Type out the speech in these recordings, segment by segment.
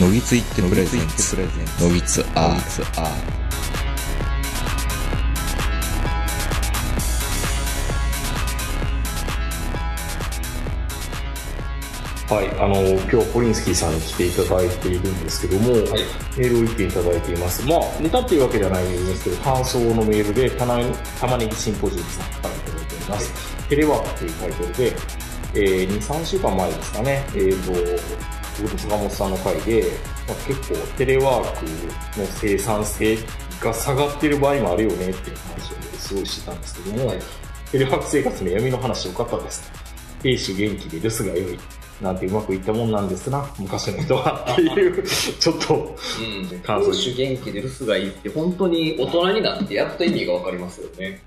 のぎついってプレゼンツプレゼンのぎつアーツあはい、あの今日ポリンスキーさんに来ていただいているんですけども、メールを一件いただいていますまあネタっていうわけではないんですけど感想のメールでたな玉ねぎシンポジウムさんからいただいております、テレワークというタイトルで、えー、23週間前ですかねえーと僕と坂本さんの回で、まあ、結構テレワークの生産性が下がってる場合もあるよねっていう話をすごいしてたんですけども、テレワーク生活の闇の話良かったです兵士元気で留守が良いなんてうまくいったもんなんですな昔の人はって いうちょっとうん。感想投手元気で留守がいいって、本当に大人になってやっと意味がわかりますよね。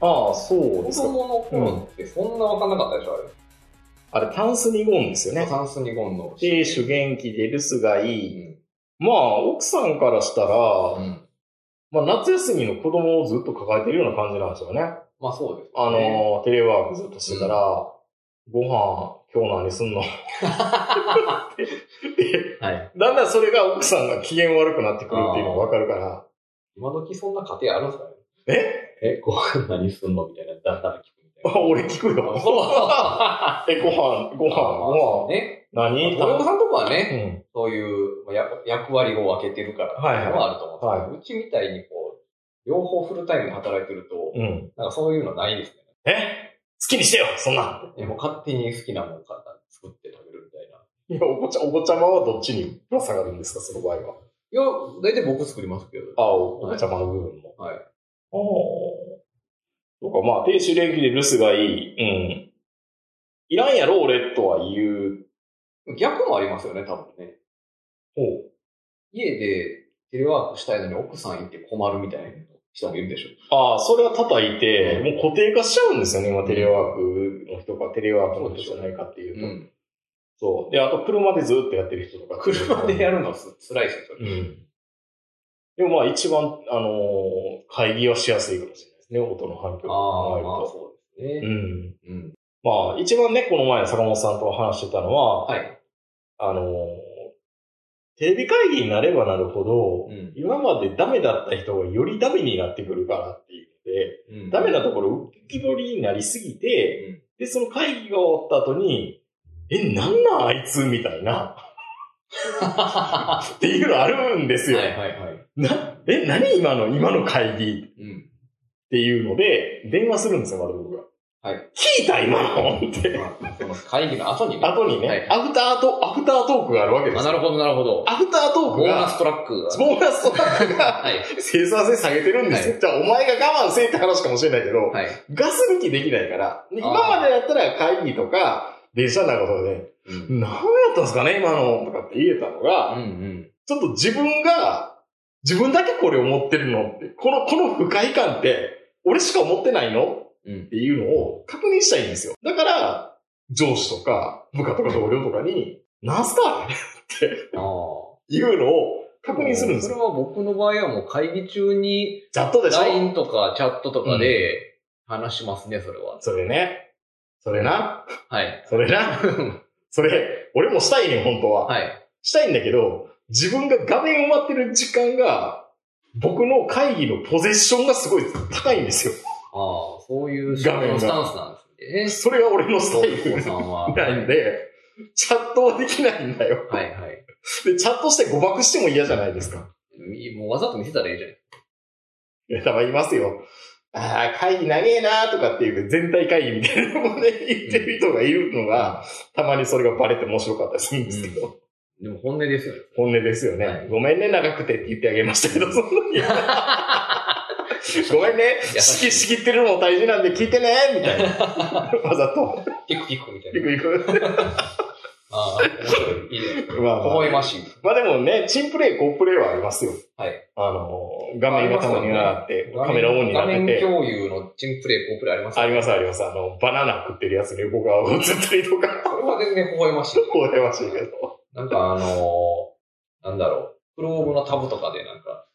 ああそう子ですか供の頃ってそんなわかんなかったでしょ、あれタンスにゴンですよあれ。ねタンス2ゴンの。兵士元気で留守がいういん。まあ奥さんからしたら、うんまあ、夏休みの子供をずっと抱えてるような感じなんですよねまあそうです、あのー、テレワークずっとしてたら、ご飯、今日何すんのってはい。だんだんそれが奥さんが機嫌悪くなってくるっていうのがわかるから、 今時そんな家庭あるんですかねええ、ご飯何すんのみたいな。だったら聞くみ たいな。俺聞くよ。え、ご飯、ご飯、ご飯、ね。何親御さんとこはうね、ん。そういうまあや役割を分けてるから、はいはいはあると思うんですけど、うちみたいにこう、両方フルタイムで働いてると、うん。なんかそういうのないですね。え好きにしてよ、そんなん。でもう勝手に好きなもの簡単に作って食べるみたいな。いや、お子ちゃ、お子ちゃまはどっちにぶら下がるんですか、その場合は。いや、大体僕作りますけど。あ、お子ちゃまの部分も。はい。おお。そうか、まあ、低種礼儀で留守がいい。うん。いらんやろ、俺、とは言う。逆もありますよね、多分ね。ほう。家でテレワークしたいのに奥さんいて困るみたいな人もいるでしょ。ああ、それは叩いて、もう固定化しちゃうんですよね、今、テレワークの人か、テレワークの人じゃないかっていうと。ん。そう。で、あと、車でずっとやってる人とか。車でやるのはす辛いですよ、それうん。でも、まあ、一番、あのー会議はしやすいかもしれないですね、音の反響あを考あ、えるまあと。そうでうん。すね。うん。まあ、一番ね、この前、坂本さんと話してたのは、はい。あのーテレビ会議になればなるほど、うん今までダメだった人がよりダメになってくるからっていうので、うんダメなところ浮き彫りになりすぎて、うで、んその会議が終わった後に、え、なんなんあいつみたいな、はっていうのあるんですいよ。はいはい。なえ、何今の、今の会議うん。っていうので、電話するんですよ、また僕が。はい。聞いた今のって。まあ、その会議の後にね。後にね、はいアフタート、アフタートークがあるわけですよ。あ、なるほどなるほど。アフタートークボーナスが、トラックが。ボーナストラックが、はい。生産性下げてるんですよ。じゃあ、お前が我慢せえって話かもしれないけど、はい。ガス抜きできないから、であー今までだったら会議とか、電車なんかとかで、うん。何やったんですかね、今の、とかって言えたのうんうが、ん。ちょっと自分が、自分だけこれ思ってるのって、この、この不快感って、俺しか思ってないのうんっていうのを確認したいんですよ。だから、上司とか、部下とか同僚とかに、なんすかってああ。いうのを確認するんですそよ。れは僕の場合はもう会議中にチャットでしょ LINE とかチャットとかで話しますね、それは。それね。それな。はい。 それな。それ、俺もしたいねん、本当は。はい。したいんだけど、自分が画面を待ってる時間が、僕の会議のポゼッションがすごい高いんですよ。ああ、そういう仕事のスタンスなんですそね。れが俺のスタイお子さルんは。はなんいで、チャットはできないんだよ。はい。で、チャットして誤爆しても嫌じゃないですか。もうわざと見せたらいいじゃないいや、たまにいますよ。ああ、会議長えなとかっていう全体会議みたいなのもね、言ってる人がいるのが、たまにそれがバレて面白かったりするんですけど。でも本音ですよね。本音ですよね、はいごめんね、長くてって言ってあげましたけ ど、その時ごめんね、優仕し切い仕切ってるのも大事なんで聞いてね、みたいな。わざと。ピクピクみたいピな。クピク。ああ、面白い。いいじゃないですか。まあ、まあ、微笑ましい。まあでもね、チンプレイ、コープレイはありますよ。はい。あの、画面がたまになって、カメラオンにな画って面て。共有のチンプレイ、コープレイあります。ありますすあります。あの、バナナ食ってるやつに僕が映ったりとか、これは全然微笑ましい。こうやましいけど。なんかあのー、なんだろう。クローブのタブとかでなんか。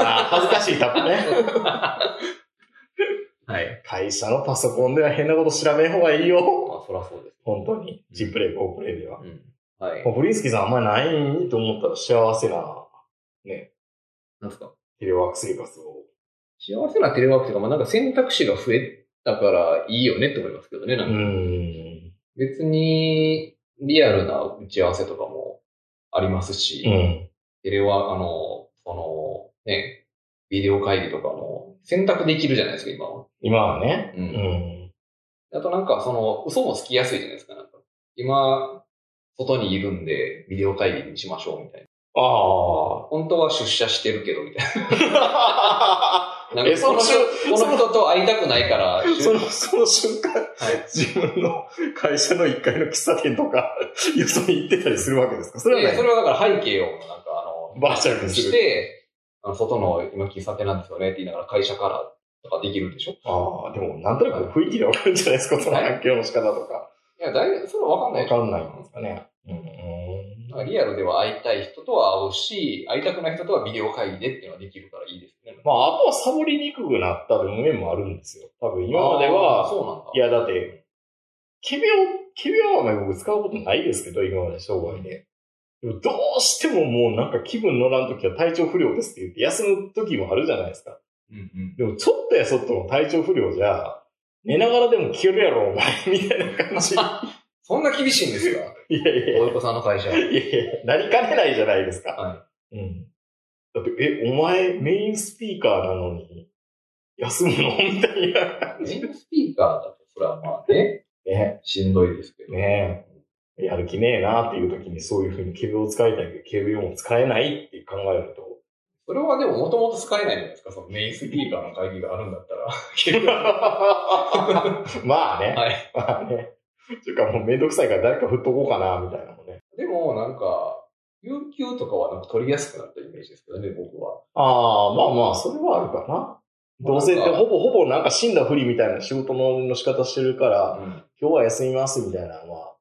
ああ、恥ずかしいタップね。はい。 会社のパソコンでは変なこと調べん方がいいよ。まあ、そらそうです。本当に。チンプレイ、コープレイでは。うん。はいま。あ、ブリンスキーさんあんまりないと思ったら幸せななんですかテレワーク生活を。幸せなテレワークというか、まあなんか選択肢が増えたからいいよねって思いますけどね。なんうかん。別にリアルな打ち合わせとかもありますし、うん。テレワーク、あの、その、ね、ビデオ会議とかも選択できるじゃないですか、今は。今はね。うんうん。あとなんか、その、嘘もつきやすいじゃないですか、なんか。今、外にいるんで、ビデオ会議にしましょう、みたいな。 あ本当は出社してるけど、みたいあ。 な。なえんかそこのの人、この人と会いたくないから、その、その瞬間、はい自分の会社の1階の喫茶店とか、 よそに行ってたりするわけですかそれいはやねそれはだから背景を、なんかあの、バーチャルにするして、あの外の今喫茶店なんですよねって言いながら会社からとかできるでしょいああ、でも、なんとなく雰囲気でわかるんじゃないですか、その発狂の仕方とか。や、だいぶ、それはわかんないわでしょかんないんですかね。うんなんかリアルでは会いたい人とは会うし、会いたくない人とはビデオ会議でっていうのはできるからいいですね。まあ、あとはサボりにくくなった文面もあるんですよ。多分今まであーは、そうなんだ。いや、だって、仮病、仮病はまあ僕使うことないですけど、今まで商売で。でもどうしてももうなんか気分乗らんときは体調不良ですって言って休むときもあるじゃないですか。うんうん。でもちょっとやそっとの体調不良じゃ、寝ながらでも消えるやろ、お前、みたいな感じ。そんな厳しいんですかいや いや大。横さんの会社。いやいや、なりかねないじゃないですか。はうん。だって、え、お前、メインスピーカーなのに、休むのみたいな。メインスピーカーだと、それはまあね、ねしんどいですけど。ねえ。やる気ねえなっていう時にそういうふうにケブを使いたいけど、ケブも使えないって考えると。それはでももともと使えないじゃないですか、そのメインスピーカーの会議があるんだった ら。まあね。はいまあね。ていうかもうめんどくさいから誰か振っとこうかな、みたいなもんね。でも、なんか、有給とかはなんか取りやすくなったイメージですけどね、僕は。ああ、まあまあ、それはあるかな。どうせってほぼほぼなんか死んだふりみたいな仕事の仕方してるから、うん今日は休みますみたいなのは、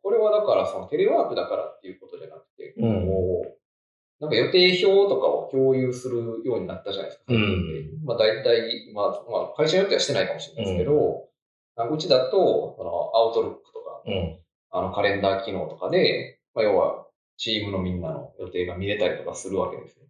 これはだから、そのテレワークだからっていうことじゃなくて、うんもう、なんか予定表とかを共有するようになったじゃないですか。うんまあ大体、まあ、まあ、会社によってはしてないかもしれないですけど、なんかうちだと、その、アウトロックとか、うん。あの、カレンダー機能とかで、まあ、要は、チームのみんなの予定が見れたりとかするわけですよ。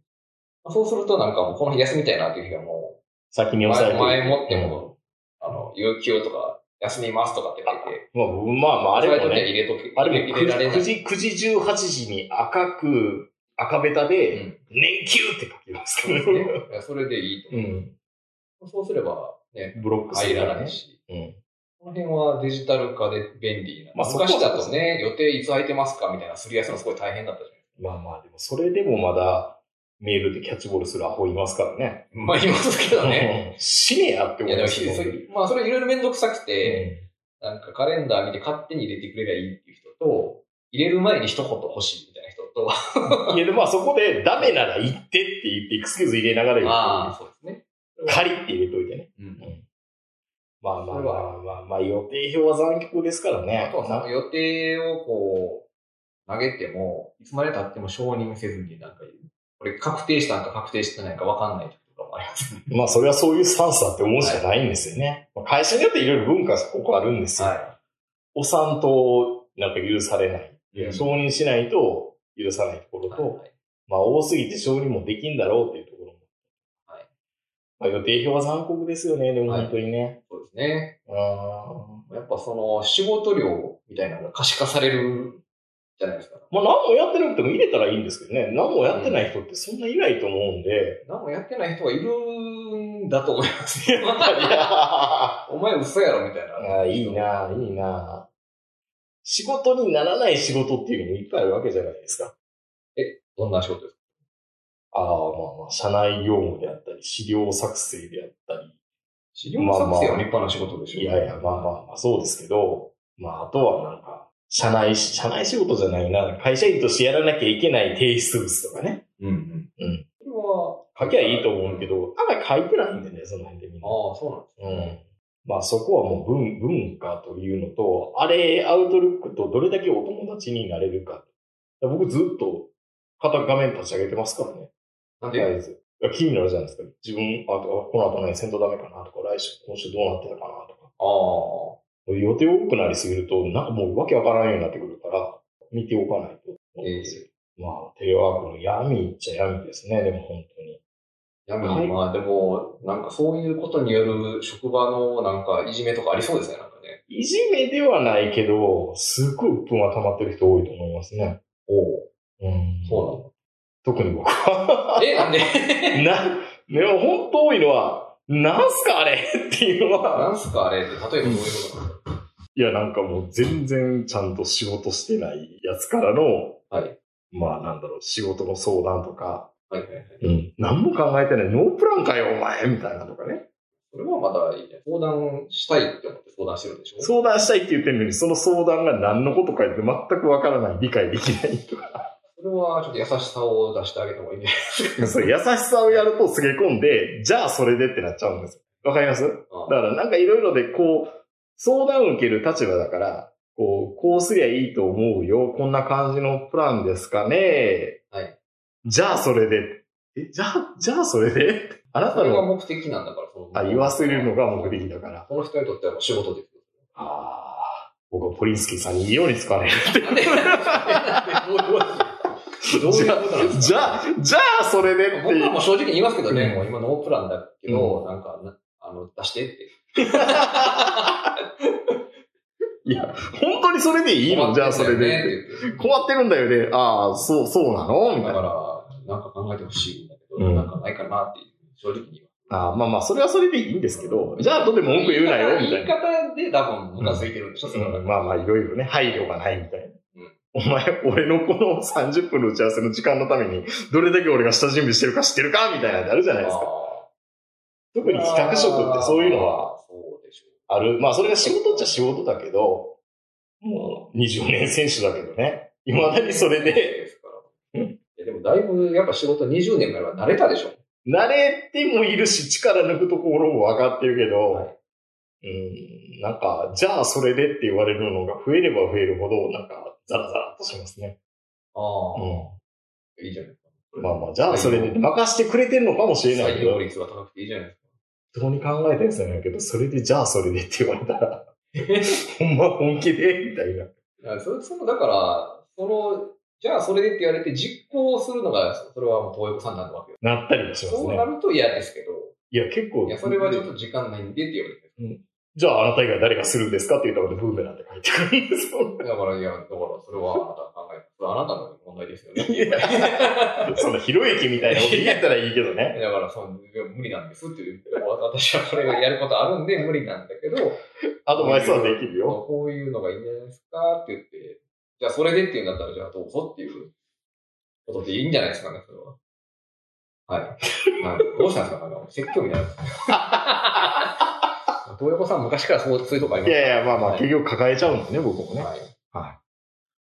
まあそうすると、なんかもう、この日休みたいなっていう日がもう、先に抑え前て。前もっても、あの、有給とか、休みますとかって書いて、まあ、僕まあまあ、あそうれやもってね、入れとけ、あ入れれも入れられない。 9時、9時18時に赤く、赤ベタうで、ん。年休って書きますそけうですどね。いやそれでいいとう 思ん。う。そうすれば、ね、ブロックす入るかららなねい。し。うん。この辺はデジタル化で便利な。まあ昔だそことはね、予定いつ空いてますかみたいなすり合わせのすごい大変だったじまあまあ、でもそれでもまだ、メールでキャッチボールするアホいますからね。ゃん。まあ、言いますけどね。うん 死ねやってい思や、いまでも、すひそよれまあ、それいろいろめんどくさくて、うなんかカレンダー見て勝手に入れてくれりゃいいっていう人と、入れる前に一言欲しいみたいな人と、んいや、でもまあそこで、ダメなら言ってって言って、エクスキューズ入れながらああ、言そうですね。って、仮って入れといてね。うんまあまあまあまあまあ、予定表は残酷ですからね。あとはその予定をこう、投げても、いつまで経っても承認せずになんか、これ確定したんか確定してないんか分かんない時とかもありますね。まあ、それはそういうスタンスだって思うしかないんですよね。まあ会社によっていろいろ文化がここあるんですよ。はお産と、なんか許されない。いや承認しないと許さないところと、はいまあ、多すぎて承認もできんだろうっていうところも。はいまあ、予定表は残酷ですよね、でもはい本当にね。そうですね。あやっぱその仕事量みたいなのが可視化されるじゃないですか。ーまあ、何もやってなくても入れたらいいんですけどね。何もやってない人ってそんないないと思うん で。何もやってない人がいるんだと思い ます。いやお前嘘やろみたいな。あーいい。なあいいなあ仕事にならない仕事っていうのもいっぱいあるわけじゃないですか。どんな仕事ですああ、まあまあ、社内業務であったり、資料作成であったり。資料作成は立派な仕事でしょ。いやいや、まあまあまあ、そうですけど、まあ、あとはなんか、社内、社内仕事じゃないな、会社員としてやらなきゃいけない提出物とかね。うんうん。うん。これは、書きゃいいと思うけど、あんまり書いてないんでね、その辺でみんな。ああ、そうなんですね。うん。まあそこはもう文文化というのと、あれ、アウトルックとどれだけお友達になれるか。僕ずっと片画面立ち上げてますからね。なんとりであえず。いや気になるじゃないですか。自分、あとこの後ね、せんとダメかなとか、来週、今週どうなってたかなとか。ああ。予定多くなりすぎると、なんかもうわけわからないようになってくるから、見ておかないと思いますよ。まあ、テレワークの闇っちゃ闇ですね、でも本当に。やめはいまあでも、なんかそういうことによる職場のなんかいじめとかありそうですね、なんかね。いじめではないけど、すっごい鬱憤は溜まってる人多いと思いますね。おおうん。そ特に僕は。うなの。え、なんで な、でも本当多いのは、なんすかあれっていうのは、なんすかあれって、例えばどういうことなのいやなんかもう全然ちゃんと仕事してないやつからの、はい。まあなんだろう、仕事の相談とか、はいはいはい。うん。何も考えてない、ノープランかよ、お前みたいなとかね。それはまだいいね。相談したいって思って相談してるんでしょ相談したいって言ってるのに、その相談が何のことかって全くわからない、理解できないとか。それはちょっと優しさを出してあげた方がいいね。そう、優しさをやるとすげ込んで、じゃあそれでってなっちゃうんですよ。わかりますあだからなんかいろいろでこう、相談を受ける立場だから、こう、こうすりゃいいと思うよ。こんな感じのプランですかね。はい。じゃあそれで。え、じゃあ、じゃあそれであなそたれがの、目的なんだから、そのあ、言わせるのが目。的だから。この人にとってはもう仕事です。ああ、僕はポリンスキーさんにいいよう に使われる。なんでどういうことなんですかじゃあ、じゃあそれでって僕いはうもう正直に言いますけどね、うんもう今ノープランだけど、なんかな、あの、出してって。いや、本当にそれでいいのじゃあそれ困ってで。んだよねって困ってるんだよね。ああ、そう、そうなのみ言ってたいだなか。ら、なんか考えてほしいんだけど、うんなんかないかなっていう、正直に言いあーまあまあ、それはそれでいいんですけど、じゃあ後で文句言うなよ、みた言いいな。方で多分ムカついてるんでしょ、それはうんまあまあ、いろいろね、配慮がないみたいな。お前、俺のこの30分の打ち合わせの時間のために、どれだけ俺が下準備してるか知ってるかみたいなのってあるじゃないですか。特に企画職ってそういうのは、そうでしょう。ある。まあ、それが仕事っちゃ仕事だけど、もう20年選手だけどね。未だにそれで、ですから。いやでもだいぶやっぱ仕事20年前は慣れたでしょ。慣れてもいるし、力抜くところも分かってるけど、はうん、なんか、じゃあそれでって言われるのが増えれば増えるほど、なんか、ザラザラっとしますね。あうあ、いいじゃないですか。ん。まあまあ、じゃあそれで、任してくれてるのかもしれない採け用ど、率が高くていいじゃないですか。どうに考えたやつなんやけど、それで、じゃあそれでって言われた ら、ほんま本気でみたいな。いやそれそのだから、その、じゃあそれでって言われて実行するのが、それはもう東横さんなんわけよ。なったりもしますそうなね。ると嫌ですけど、いや、結構。いや、それはちょっと時間ないんでって言われて。じゃああなた以外誰がするんですかって言ったことで、ブーメランって書いてくるんですよ。 だから、いや、だから、それはあなたが考えて、それはあなたの問題ですよね。いやその、ひろゆきみたいなこと言えたらいいけど ね。だから、その無理なんですって言って、私はこれがやることあるんで無理なんだけど、アドバイスはできるよ。こういうのがいいんじゃないですかって言って、じゃあそれでって言うんだったら、じゃあどうぞっていうことでいいんじゃないですかね、それは。はい。なんかどうしたんですかなん か説教みたいな。東横さん昔からそうそういうとこありいますやいや、まあまあ、はい結局抱えちゃうんだね、僕もね。はい。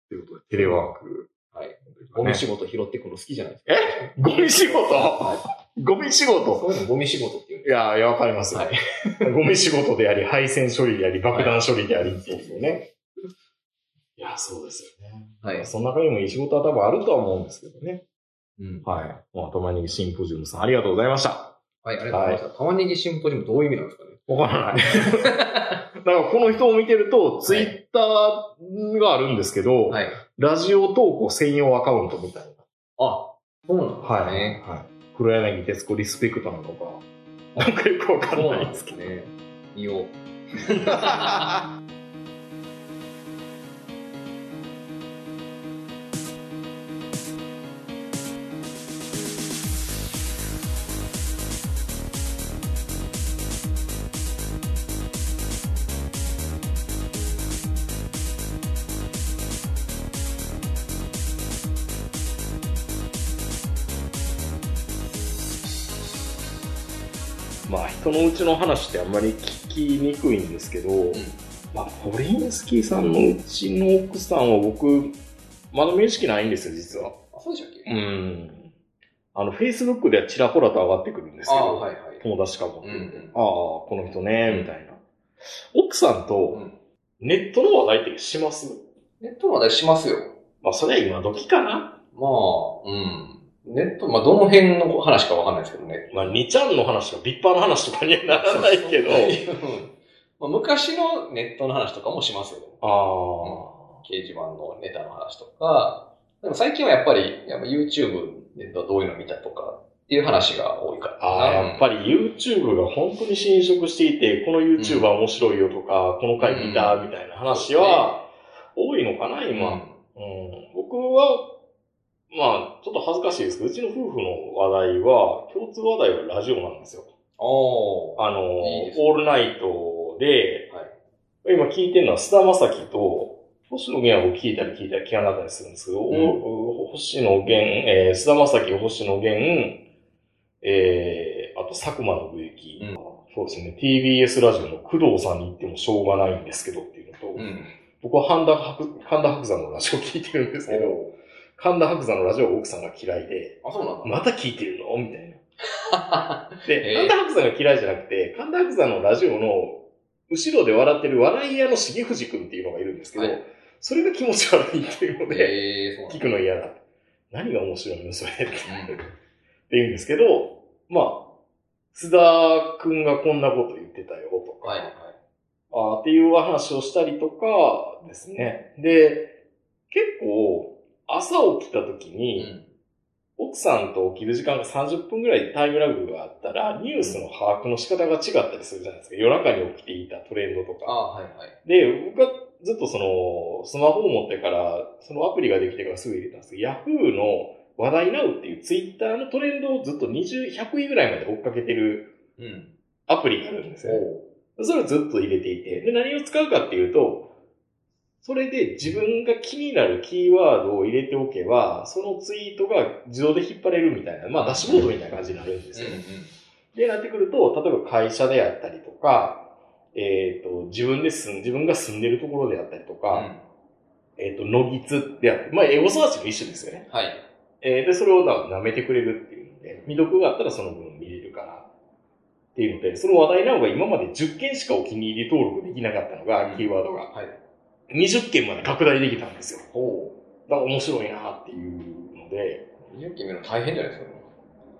ということで、テレワーク。はい。ゴミ仕事拾ってくるの好きじゃないですか。ゴミ仕事はゴミ仕い、事そういうのゴミ仕事っていうんいや、いや、わかりますよはい。ゴミ仕事であり、配線処理であり、爆弾処理でありっていうね。いや、そうですよね。はいその中にもいい仕事は多分あるとは思うんですけどね。うん。はい。まあ、たまにシンポジウムさん、ありがとうございました。はい、ありがとうございました。玉ねぎシンポジウムどういう意味なんですかねわ からない。だから、この人を見てると、ツイッターがあるんですけど、はい。ラジオ投稿専用アカウントみたいな。あ、そうなんですはい。ね。はい、黒柳徹子リスペクトなのか、なんかよくわかんそうなないでんですすけど。ね。見よう。まあ、人のうちの話ってあんまり聞きにくいんですけど、まあ、ポリンスキーさんのうちの奥さんは僕、まだ面識ないんですよ、実は。あ、そうでしたっけん。あの、Facebook ではちらほらと上がってくるんですけあ、ど、はいはい。友達かも。うんあうんあ、この人ね、みたいな。奥さんうとん。ネットの話題ってしますネットの話題しますよ。まあ、それは今時かな。まあ、うん。ネット、まあ、どの辺の話かわかんないですけどね。まあ、2ちゃんの話とか、立派な話とかにはならない けど。うんまあ、昔のネットの話とかもしますよ。ああ。掲示板のネタの話とか、でも最近はやっぱり、やっぱ YouTube でどういうの見たとかっていう話が多いからな。ああ、やっぱり YouTube が本当に侵食していて、この YouTube は面白いよとか、この回見たみたいな話は多いのかな、うん今。うん、僕は、まあ、ちょっと恥ずかしいですけど、うちの夫婦の話題は、共通話題はラジオなんですよ。おーあの、いいですねオールナイトで、今聞いてるのは菅田将暉と、星野源を聞いたり聞いたり聞かなかったりするんですけど、んお星野源、えー、菅田将暉、星野源、えー、あと佐久間信之、うんそうですね、TBS ラジオの工藤さんに行ってもしょうがないんですけどっていうのと、うん。僕は神田伯神田伯山のラジオを聞いてるんですけど、神田伯山のラジオは奥さんが嫌いで、あ、そうなんだ。また聞いてるのみたいな。え で、ー神田伯山が嫌いじゃなくて、神田伯山のラジオの後ろで笑ってる笑い屋の重藤くんっていうのがいるんですけど、はいそれが気持ち悪いっていうので、ええー、そうなん聞だくの嫌だ。何が面白いのそれってうん。言うんですけど、まあ、須田くんがこんなこと言ってたよとか、はい、はい。あーっていう話をしたりとかですね。で、結構、朝起きた時うに、ん。奥さんと起きる時間が30分ぐらいタイムラグがあったら、ニュースの把握の仕方が違ったりするじゃないですか。夜中に起きていたトレンドとか。ああ、はい、はい。で、僕がずっとその、スマホを持ってから、そのアプリができてからすぐ入れたんですけど、Yahoo の話題 Now っていうツイッターのトレンドをずっと20、100位ぐらいまで追っかけてるうん。アプリがあるんですよね。おそれをずっと入れていて、で、何を使うかっていうと、それで自分が気になるキーワードを入れておけば、そのツイートが自動で引っ張れるみたいな、まあダッシュボードみたいな感じになるんですうよん、うね。ん。で、なってくると、例えば会社であったりとか、えっ、と、自分で住ん、自分が住んでるところであったりとか、えっ、と、ノギツであって、まあエゴサーチの一種ですよね。うんはい。えーで、それをな舐めてくれるっていうので、未読があったらその分見れるからっていうので、その話題なのが今まで10件しかお気に入り登録できなかったのが、うんキーワードが、はい20件まで拡大できたんですよ。ほだから面白いなっていうので、う。勇気見るの大変じゃないですか。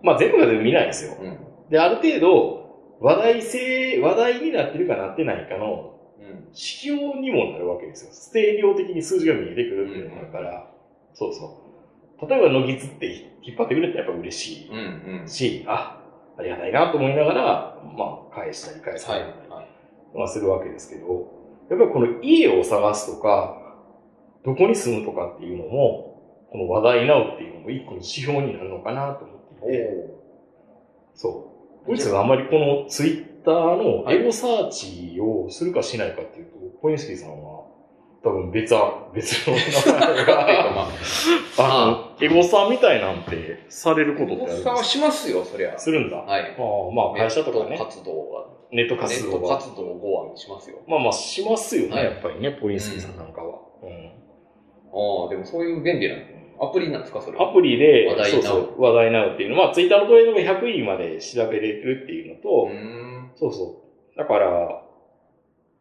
まあ全部が全部見ないですよ。うん。で、ある程度、話題性、話題になってるかなってないかのうん。指標にもなるわけですよ。ステレオ的に数字が見えてくるっていうのがあるから、そうそう。例えば、ノギツって引っ張ってくれたらやっぱ嬉しい。うん、うん。し、あ、ありがたいなと思いながら、まあ、返したり返したはいり、。はい。まあ、するわけですけど、やっぱりこの家を探すとか、どこに住むとかっていうのも、この話題なうっていうのも一個の指標になるのかなと思っていて、おそう。ウイさんあんまりこのツイッターのはいエゴサーチをするかしないかっていうと、ポインスキーさんは、多分別は、別の名前 が、まあの、エゴサみたいなんてされることってあるんさはですかしますよ、そりゃ。するんだ。はい。ああ、まあ会社とかねネット、活動は、ネットネ活ッ動トは。活動をご案しますよ。まあまあしますよね、はいやっぱりね、ポリンスキーさんなんかは。うんああ、でもそういう便利なアプリなんですか、それ。アプリで、話題そうなそおう、話題なのっていうのは、まあツイッターのトレードが100位まで調べれるっていうのうと、ーん。そうそう。だから、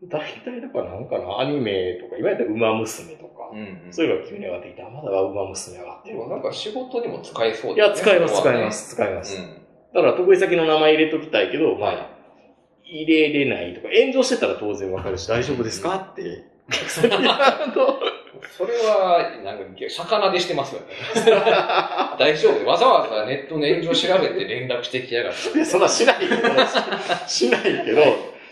大体だからなんかな、アニメとか、いわゆるウマ娘とか、うん、うん。そういうのが急に上がってきた。まだウマ娘上がってでるもわ。なんか仕事にも使えそういや、使います、こ使こはいねます、使います。うん。だから得意先の名前入れときたいけど、まはあ、入れれないとか、炎上してたら当然わかるし、大丈夫ですか って、お客さんにあのそれは、なんか、魚でしてますよね。大丈夫。わざわざネットの炎上調べて連絡してきやがって。いや、そんなしないけど、しないけど、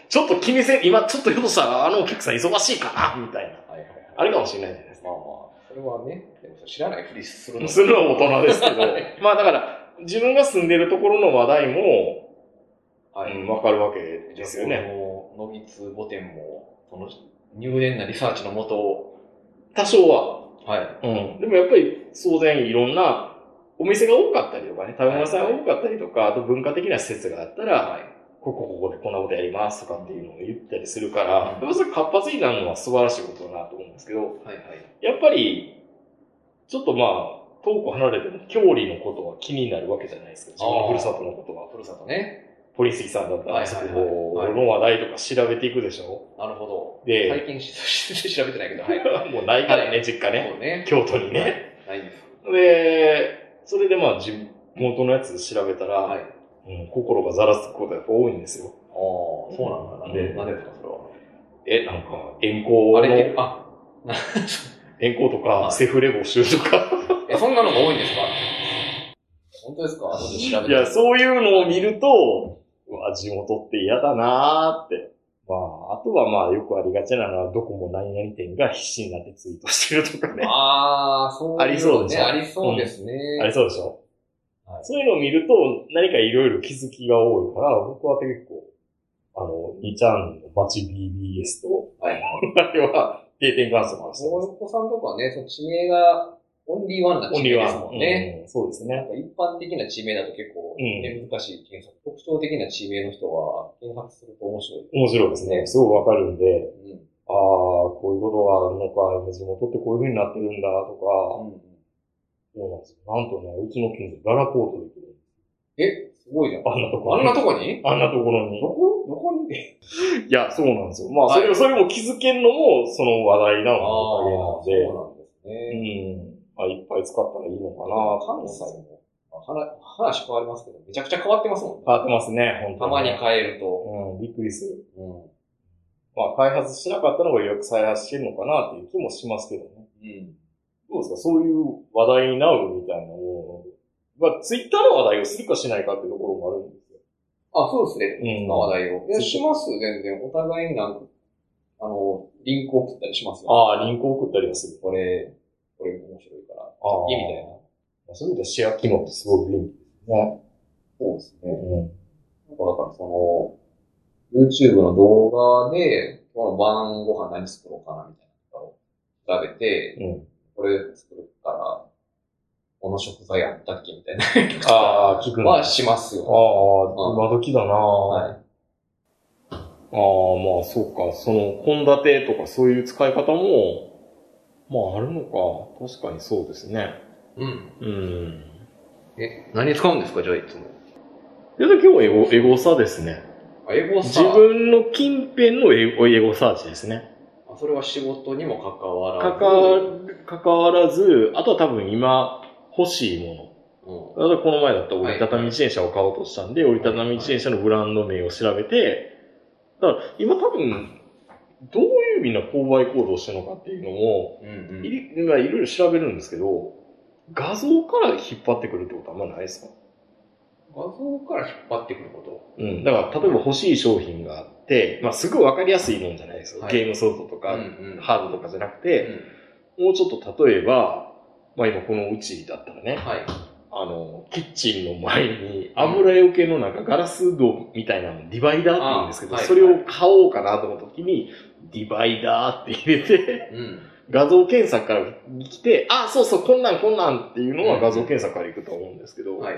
ちょっと気にせん、今ちょっとひょっとしたらあのお客さん忙しいかな、みたいな。はいはいはい。あれかもしれないじゃないですか。まあまあ、それはね、でも知らないふりするのするのは大人ですけど、 まあだから、自分が住んでるところの話題も、はうい。んわかるわけですよね。この野木津御殿も、その入念なリサーチのもと、多少は。はい。うん。でもやっぱり、当然いろんな、お店が多かったりとかね、食べ物屋さんが多かったりとか、あと文化的な施設があったら、はい。ここここでこんなことやりますとかっていうのを言ったりするから、やっぱそれ活発になるのは素晴らしいことだなと思うんですけど、はいはい。やっぱり、ちょっとまあ、遠く離れても、郷里のことは気になるわけじゃないですか。自分のふるさとのことは。ふるさとね。ポリスキさんだったはら、いそはいはいこの話題とか調べていくでしょ。なるほど。で最近し調べてないけど、はい。もうないからね、実家ね。そうね。京都にね。はい。ないです。で、それでまあ、地元のやつ調べたら、はい。あうん、心がざらつくことがやっぱ多いんですよあ、。そうなんだ。なんで、うんなんでですか、それは。え、なんか、遠行のあれ、あ、な遠行とはか、いセフレ募集とか。え、そんなのが多いんですか本当ですか後で調べいて。や、そういうのを見ると、うわ、地元って嫌だなーって。まあ、あとはまあ、よくありがちなのは、どこも何々店が必死になってツイートしてるとかね。ああ、そういうのね。ありそうでしょありそうですね。あれそうでしょ、はいそういうのを見ると、何かいろいろ気づきが多いから、僕は結構、あの、2ちゃんの街 BBS と、はい。あれは定点観測の話して大ます。横さんとかはね、その地名がオンリーワンなオ地ン名リーでワすンもんね。うんそうですなね。んか一般的な地名だと結構、ね難しい検索。特徴的な地名の人は検索すると面白い。面白いですね。すごいわかるんで、うん。ああ、こういうことがあるのか、地元ってこういう風になってるんだとか、うんそうなんですよ。なんとね、うちの近所、ララポートできる。え、すごいじゃん。あんなとこあんなとこにあんなところにど。こどこに いや、そうなんですよ。まあ、はいそれを、それも気づけんのも、その話題なあのおそかげなんで。うなんですね。うん。まあ、いっぱい使ったらいいのかなああ、関西も、まあ話、話変わりますけど、めちゃくちゃ変わってますもんね。変わってますね、本当たまにに。変えると。うん、びっくりする。うん。まあ、開発しなかったのがよく再発してるのかなっていう気もしますけどね。うん。どうですかそういう話題になるみたいなもの。まあ、ツイッターの話題をするかしないかっていうところもあるんですよ。あ、そうですね。うんの話題を。いや、します、全然。お互いになんか、あの、リンク送ったりしますよ。ああ、リンクを送ったりはする。これ、これ面白いから、ああ。いいみたいな。な。そういう意味ではシェア機能ってすごい便利ですね。そうですね。うん。なんかだからその、YouTube の動画で、今日の晩ご飯何作ろうかなみたいなのを調べて、うんこれ作るから、この食材あったっけみたいな。ああ、聞くの。はあしますよ。あ、今時だなは。はいああ、まあ、そうか。その、献立とかそういう使い方も、まあ、あるのか。確かにそうですね。うん。うん。え、何使うんですかじゃあいつも。いや、で今日はエゴ、エゴサですね。あ、エゴ自さ。分の近辺のエゴエゴサーチですね。あそれは仕事にも関わらかず。かわ関わらず、あとは多分今欲しいもうん。の。あとこの前だったら折りたたみ自転車を買おうとしたんで、折りたたみ自転車のブランド名を調べて、だから今多分、どういうみんな購買行動をしてるのかっていうのも、うんうんいりまあいろいろ調べるんですけど、画像から引っ張ってくるってことはあんまないですか画像から引っ張ってくること。うん。だから、例えば欲しい商品があって、まあ、すごいわかりやすいもんじゃないですよ。はいゲームソフトとか、んはハードとかじゃなくて、もうちょっと例えば、まあ今このうちだったらね、はい。あの、キッチンの前に油よけのなんかガラス戸みたいなの、ディバイダーって言うんですけど、あはいそれを買おうかなと思った時に、ディバイダーって入れて、うん。画像検索から来て、あ、そうそう、こんなんこんなんっていうのは画像検索から行くと思うんですけど、はい。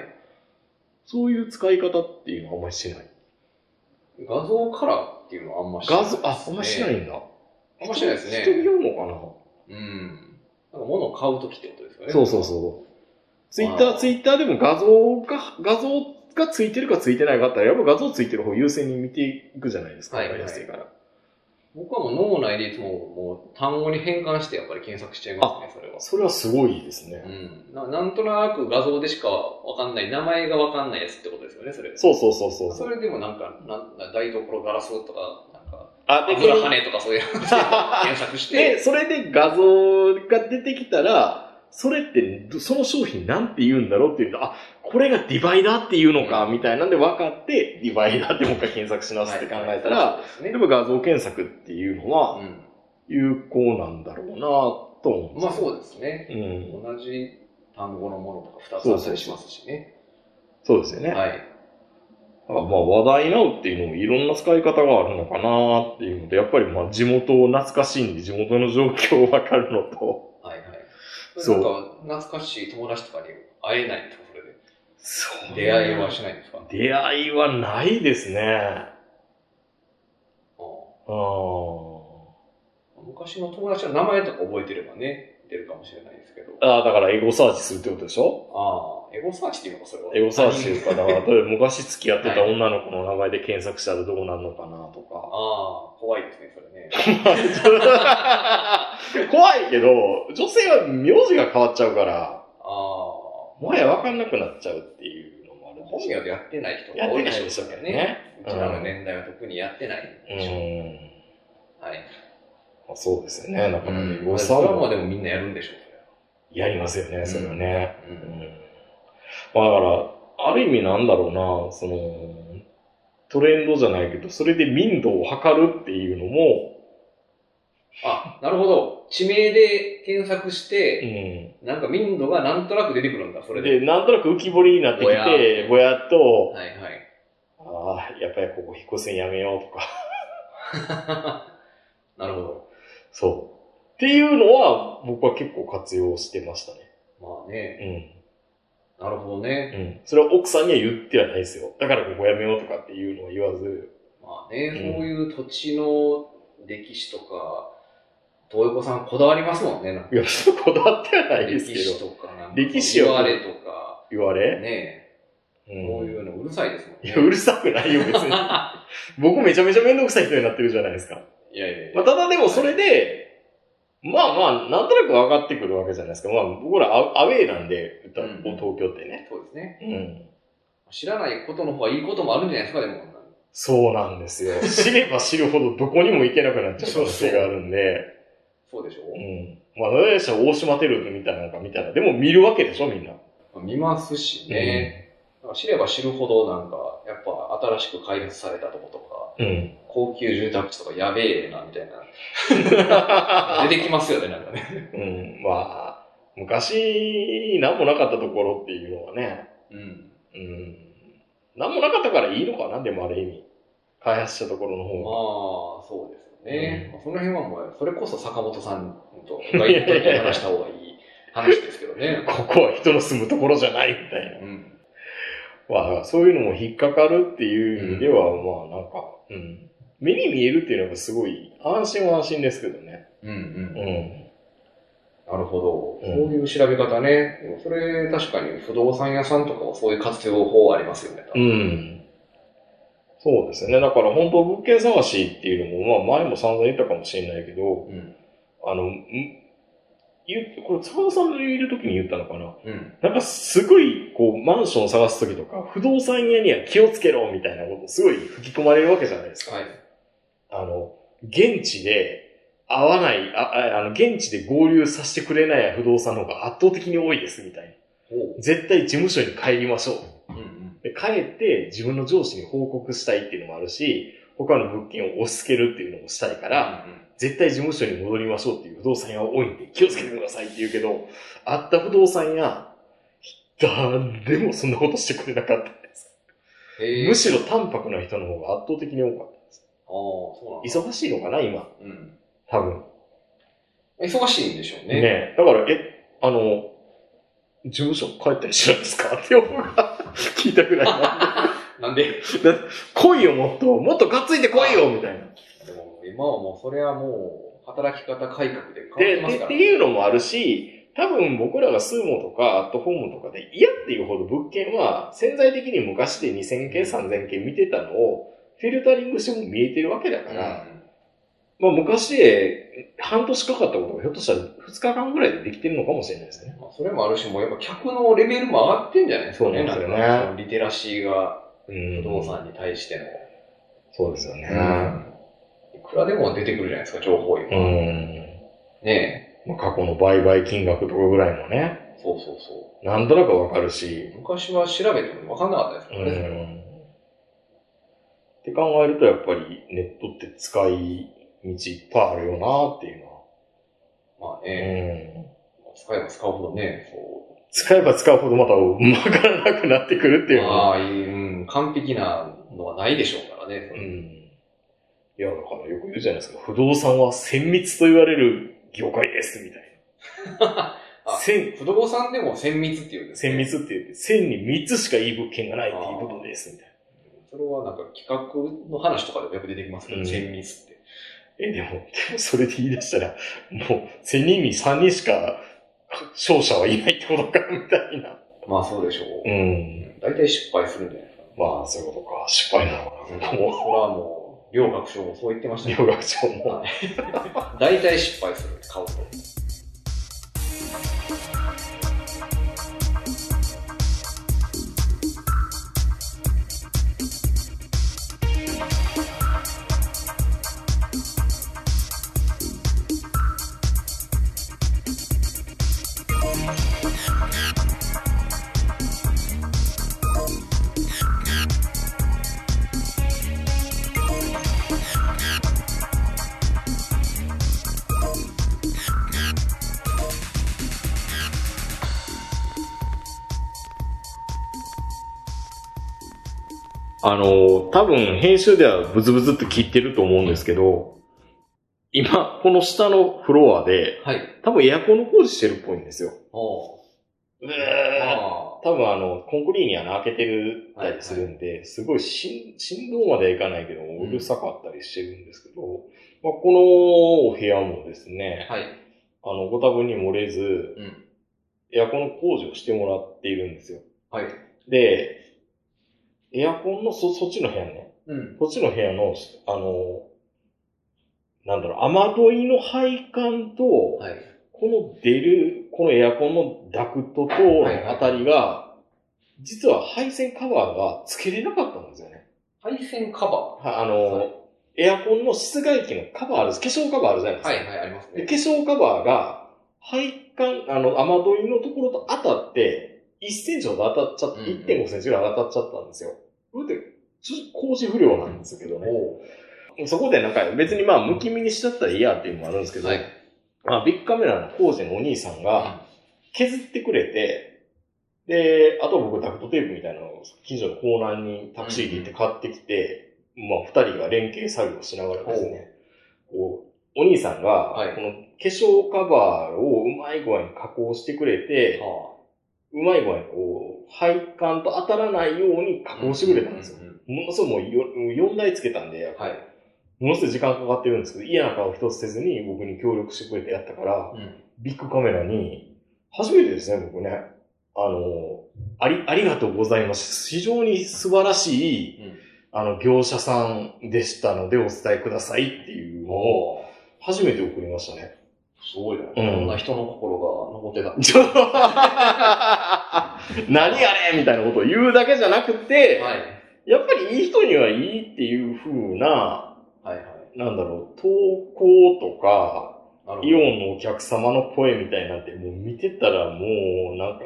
そういう使い方っていうのはあんまりしない。画像からっていうのはあんましない画像、あ、あんまりしないんだ。あんましないですね人によるのかな、うん。なんか物を買うときってことですよね。そうそうそう。ツイッタあー、ーツイッターでも画像が、画像がついてるかついてないかあったら、やっぱ画像ついてる方優先に見ていくじゃないですか。はいわかりやすいから。僕はもう脳内でいつももう単語に変換してやっぱり検索しちゃいますね、それは。それはすごいですね。うんな。なんとなく画像でしかわかんない、名前がわかんないやつってことですよね、それ。そうそうそうそう。それでもなんか、なんな台所ガラスとか、なんか、あ、で、油跳ねとかそういうので検索して、 で、それで画像が出てきたら、それって、どその商品なんて言うんだろうっていうと、あ、これがディバイダーっていうのか、みたいなんで分かって、ディバイダーってもう一回検索し直すって考えたら、はい、そうですでねも画像検索っていうのは有効なんだろうなと思うんうでん。すまよ。あそうですね。うん。同じ単語のものとか2つそあうっそうたりしますしね。そうですよね。はい。あまあ話題なうっていうのもいろんな使い方があるのかなっていうので、やっぱりまあ地元を懐かしいんで地元の状況をわかるのと、はいはい。そうなんか、懐かしい友達とかに会えないんですか、それで。そう 出会いはしないんですかあ出会いはないですね。あうん。昔の友達の名前とか覚えてればね、出るかもしれないですけど。あああ、だからエゴサーチするってことでしょあ、エゴサーチっていうのか、それは。エゴサーチと他い人うか、だから例えば昔付き合ってた女の子の名前で検索したらどうなるのかなとか。 ああ、怖いですね、それね。怖いけど、女性は名字が変わっちゃうから、ああ、もはや分かんなくなっちゃうっていうのもある本名でやってない人やがっ多ていなでいでししょょううかけどらね。ね。うちらの年代は特にやってないでしょう。はい。まあ、そうですよね。なかなかね、ごドちそうラマでもみんなやるんでしょやりますよね、それはね。う。うんんまあだから、ある意味なんだろうな、その、トレンドじゃないけど、それで民度を測るっていうのも、あ、なるほど。地名で検索して、うなんか民度がなんとなく出てくるんだ、それん。で。で、なんとなく浮き彫りになってきぼやて、ぼやっと、はいはい。 ああ、やっぱりここ引っ越せんやめようとか、なるほそう。っていうのは、僕は結構活用してましたど。まあね。ね。なるほどねう。ん。うん。それは奥さんには言ってはないですよ。だからここやめようとかっていうのは言わず、まあね、そういう土地の歴史とか、東横さんこだわりますもんね。なんかいや、ちょっとこだわってはないで歴すけ史ど、とか、なんか歴史を言われとか、言われ、ねうえ、んこういうのうるさいですもんね。いや、うるさくないよ、別に。 僕めちゃめちゃめんどくさい人になってるじゃないですか。いやいやいや。まあ、ただでもそれで、まあまあ、なんとなく分かってくるわけじゃないですか。まあ、僕らアアウェイなんで、歌うん東京ってね。そうですね。うん。知らないことの方がいいこともあるんじゃないですか、でも。そうなんですよ。知れば知るほどどこにも行けなくなっちゃう可能性があるんで。そうでしょ、うん。まあ、どうでしたら大島テルみたいなのかみたいな。でも見るわけでしょ、みんな。まあ見ますしね。だから知れば知るほど、なんか、やっぱ新しく開発されたとことか、うん。高級住宅地とかやべえな、みたい な。出てきますよね、なんかね。うん。まあ、昔、なんもなかったところっていうのはね。うん。うん。なんもなかったからいいのかな、でもある意味。開発したところのま方が。あ、そうですよね。うんまあその辺はもう、それこそ坂本さんとか言って話した方がいい話ですけ どね。ここは人の住むところじゃないみたいな。うん。まあ、そういうのも引っかかるっていう意味では、まあなんか、うん。目に見えるっていうのがすごい、安心は安心ですけどね。うんうん。うん。なるほど。うんそういう調べ方ね。でもそれ、確かに不動産屋さんとかはそういう活用法ありますよね。うん。そうですね。だから本当物件探しっていうのも、まあ前も散々言ったかもしれないけど、うん。あの、ん言うこれ、沢田さんがいる時に言ったのかなうん。なんかすごい、こう、マンションを探すときとか、不動産屋には気をつけろみたいなこと、すごい吹き込まれるわけじゃないですか。はい。あの、現地で、合わない、あ、ああの、現地で合流させてくれない不動産の方が圧倒的に多いです、みたいおうな。絶対事務所に帰りましょう。うんうん。で、帰って自分の上司に報告したいっていうのもあるし、他の物件を押し付けるっていうのもしたいから、うんうん絶対事務所に戻りましょうっていう不動産屋は多いんで気をつけてくださいって言うけど、あった不動産屋、誰もそんなことしてくれなかったです。へえ。むしろ淡白な人の方が圧倒的に多かったです。ああ、そうなんだ。忙しいのかな、今。うん。多分。忙しいんでしょうね。ねえだから、え、あの、事務所帰ったりしないですかって思う が聞いたくらいな。なんで来いよ、もっと。もっとがっついて来いよ、みたいな。でも今はもう、それはもう、働き方改革で変で、わってますでかっらてね。いうのもあるし、多分僕らがスーモとかアットホームとかで嫌っていうほど物件は潜在的に昔で2000件3000件見てたのをフィルタリングしても見えてるわけだから、まあ昔で半年かかったことがひょっとしたら2日間ぐらいでできてるのかもしれないですね。まあ、それもあるし、もうやっぱ客のレベルも上がってんじゃないですかそうね、なんですよねなんかそのリテラシーがうん不動産に対しての。そうですよね。いくらでも出てくるじゃないですか、情報う今。ん。ねまあ過去の売買金額とかぐらいもえね、。そうそうそなんとなくわかるし、う。昔は調べても分かんなかったですからね、それはって考えると、やっぱりネットって使い道いっぱいあるよなっていうのは。まあね、使えば使うほどね、そ使えば使うほどまた分からなくなってくるってう。いうのは。ああ、いいうん、完璧なのはないでしょうからね。うそれん。いや、だからよく言うじゃないですか。不動産は綿密と言われる業界です、みたいな。あ千、不動産でも綿密っていうんですね千密って言って、千に三つしかいい物件がないっていうことです、みたいな。それはなんか企画の話とかでもよく出てきますけど、うん綿密って。え、でも、でもそれで言い出したら、もう、千人に三人しか勝者はいないってことか、みたいな。まあそうでしょう。ん。大体失敗するんじゃないですか。まあ、そういうことか。失敗なのそれかな。もはもう、両学長もそう言ってましう、たけ留ど、学長も。大体失敗する、買うと。あの、多分編集ではブツブツって切ってると思うんですけど、今、この下のフロアで、はい。多分エアコンの工事してるっぽいんですよ。おううあ多分あの、コンクリートに穴開けてるたりするんで、すごい振振動まではいかないけども、ううんるさかったりしてるんですけど、まあ、このお部屋もですね、あはい。あの、ご多分に漏れず、うんエアコンの工事をしてもらっているんですよ。はい。で、エアコンのそ、そっちの部屋ね、うん。こっちの部屋の、あの、なんだろう、雨どいの配管と、はい。この出る、このエアコンのダクトとのあたりが、実は配線カバーが付けれなかったんですよね。配線カバはあー。の、はいエアコンの室外機のカバーある、化粧カバーあるじゃないですか。はい、はい、ありますでね。化粧カバーが、配管、あの、雨どいのところと当たって、1センチほど当たっちゃっうんうん1.5センチぐらい当たっちゃったんですよ。それで、ちょっと工事不良なんですけどね。おうそこでなんか別にまあ、むき身にしちゃったら嫌っていうのもあるんですけど、はい。まあ、ビッグカメラの工事のお兄さんが、削ってくれて、で、あと僕ダクトテープみたいなのを近所の港南にタクシーで行って買ってきて、まあ二人が連携作業しながらですね、こう、お兄さんはがい、この化粧カバーをうまい具合に加工してくれて、はうまい具合にこう、配管と当たらないように加あ工してくれたんですよ。うううものすごいもう4台つけたんで、はい。ものすごい時間かかってるんですけど、嫌な顔一つせずに僕に協力してくれてやったから、うん。ビッグカメラに、初めてですね、僕ね。あの、あり、ありがとうございます。非常に素晴らしい、うん。あの、業者さんでしたのでお伝えくださいっていうのを、おう初めて送りましたね。すごいな。んこんな人の心が残ってた。ちょ何あれみたいなことを言うだけじゃなくて、はい。やっぱりいい人にはいいっていう風な、はいはい。なんだろう、投稿とか、なるほどイオンのお客様の声みたいなんて、もう見てたらもうなんか、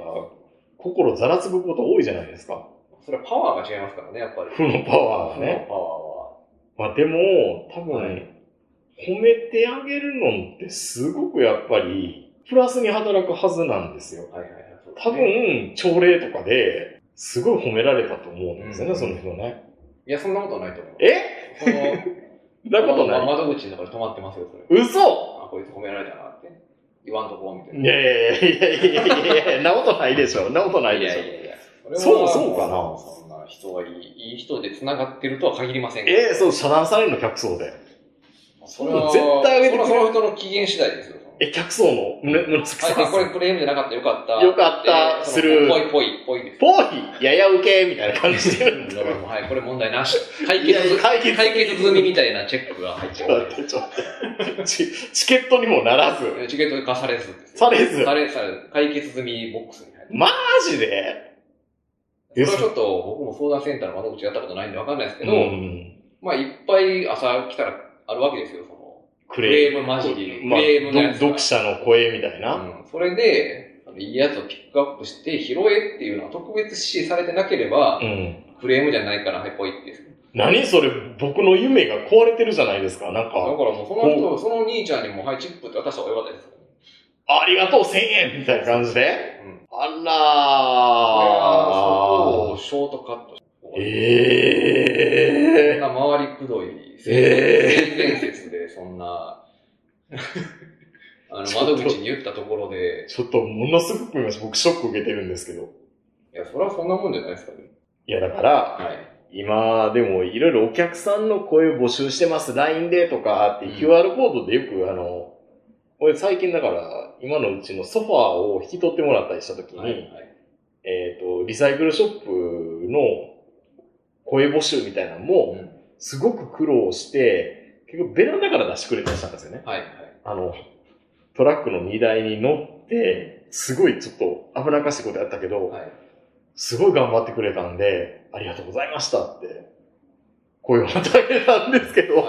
心ざらつくこと多いじゃないですか。それはパワーが違いますからね、やっぱり。負のパワーがね。負のパワまあでも、多分、はい褒めてあげるのってすごくやっぱり、プラスに働くはずなんですよー。は。はいはいはい。そうです多分、ね朝礼とかで、すごい褒められたと思うんですよね、うんその人ね。いや、そんなことないと思う。えそ の、そんなことない。窓口の中で止まってますよ、それ。嘘あ、こいつ褒められたなって。言わんとこうみたいいな。やいやいやいやいやいやいや、なことないでしょ。なことないいでしやょ。いやいや。やれはそうそうかなそんな人がいい、いい人で繋がってるとは限りませんからええそう、遮断されるの、客層で。それは、絶対あげてくれそれはその人の機嫌次第ですよ。え、客層のむ紫さん。あ、これクレームじゃなかった、よかった。よかったでスルーぽいぽい、ぽいです。ぽいやや受けみたいな感じで。だからもうはい、これ問題なし。解いやい決や解決解決済みみたいなチェックが入っちちょゃっとう待。って、ちょっと待って。チチケットにもならず。チケットで貸されずです。されずされ、されず。解決済みボックスに入る。マジでこれはちょっと僕も相談センターの窓口やったことないんでわかんないですけど、うん。まあいっぱい朝来たらあるわけですよ、その。ククレレーームマジで。まあクレームのやどつが読者の声みたいな。うん、それで、あのいいやつをピックアップして拾えっていうのは特別指示されてなければう、ん。クレームじゃないから、はい、ぽいってです。何それ、僕の夢が壊れてるじゃないですか。なんだからか、もうその人、その兄ちゃんにも、はい、チップって渡した方がよかったですよね。ありがとう、1000円みたいな感じで。うん。あああ、そこをらショートカットー。して。ええそんな回りくどい、え性善説で、そ んな、あの、窓口に言ったところで、ちょっと、ものすごく今、僕、ショック受けてるんですけど。いや、それはそんなもんじゃないですかね。いや、だから、はい。今、でもいろいろお客さんの声を募集してます、LINE でとかって、うん QR コードでよく、あの、俺最近だから、今のうちのソファーを引き取ってもらったりしたときに、はい。はい。えっ、と、リサイクルショップの声募集みたいなのも、うんすごく苦労して、結局ベランダから出してくれたりしたんですよね。はい。はい。あの、トラックの荷台に乗って、すごいちょっと危なっかしいことやったけど、はい。すごい頑張ってくれたんで、ありがとうございましたって、声をまたげたんですけど、はい。まあ、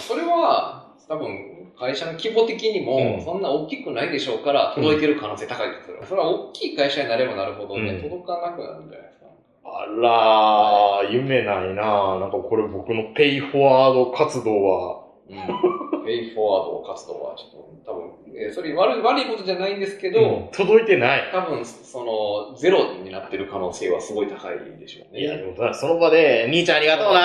それは、多分、会社の規模的にうもん、そんな大きくないでしょうから、届いてる可能性高いですよ。それは大きい会社になればなるほどね、うん届かなくなるんじゃないですか。あらー、夢ないなぁ。なんかこれ僕のペイフォワード活動は、うん。ペイフォワードを勝つのは、ちょっと、多分、えーそれ悪い、悪いことじゃないんですけど、うん届いてない。多分、その、ゼロになってる可能性はすごい高いでしょうね。いや、でもさ、その場で、兄ちゃんありがとう な。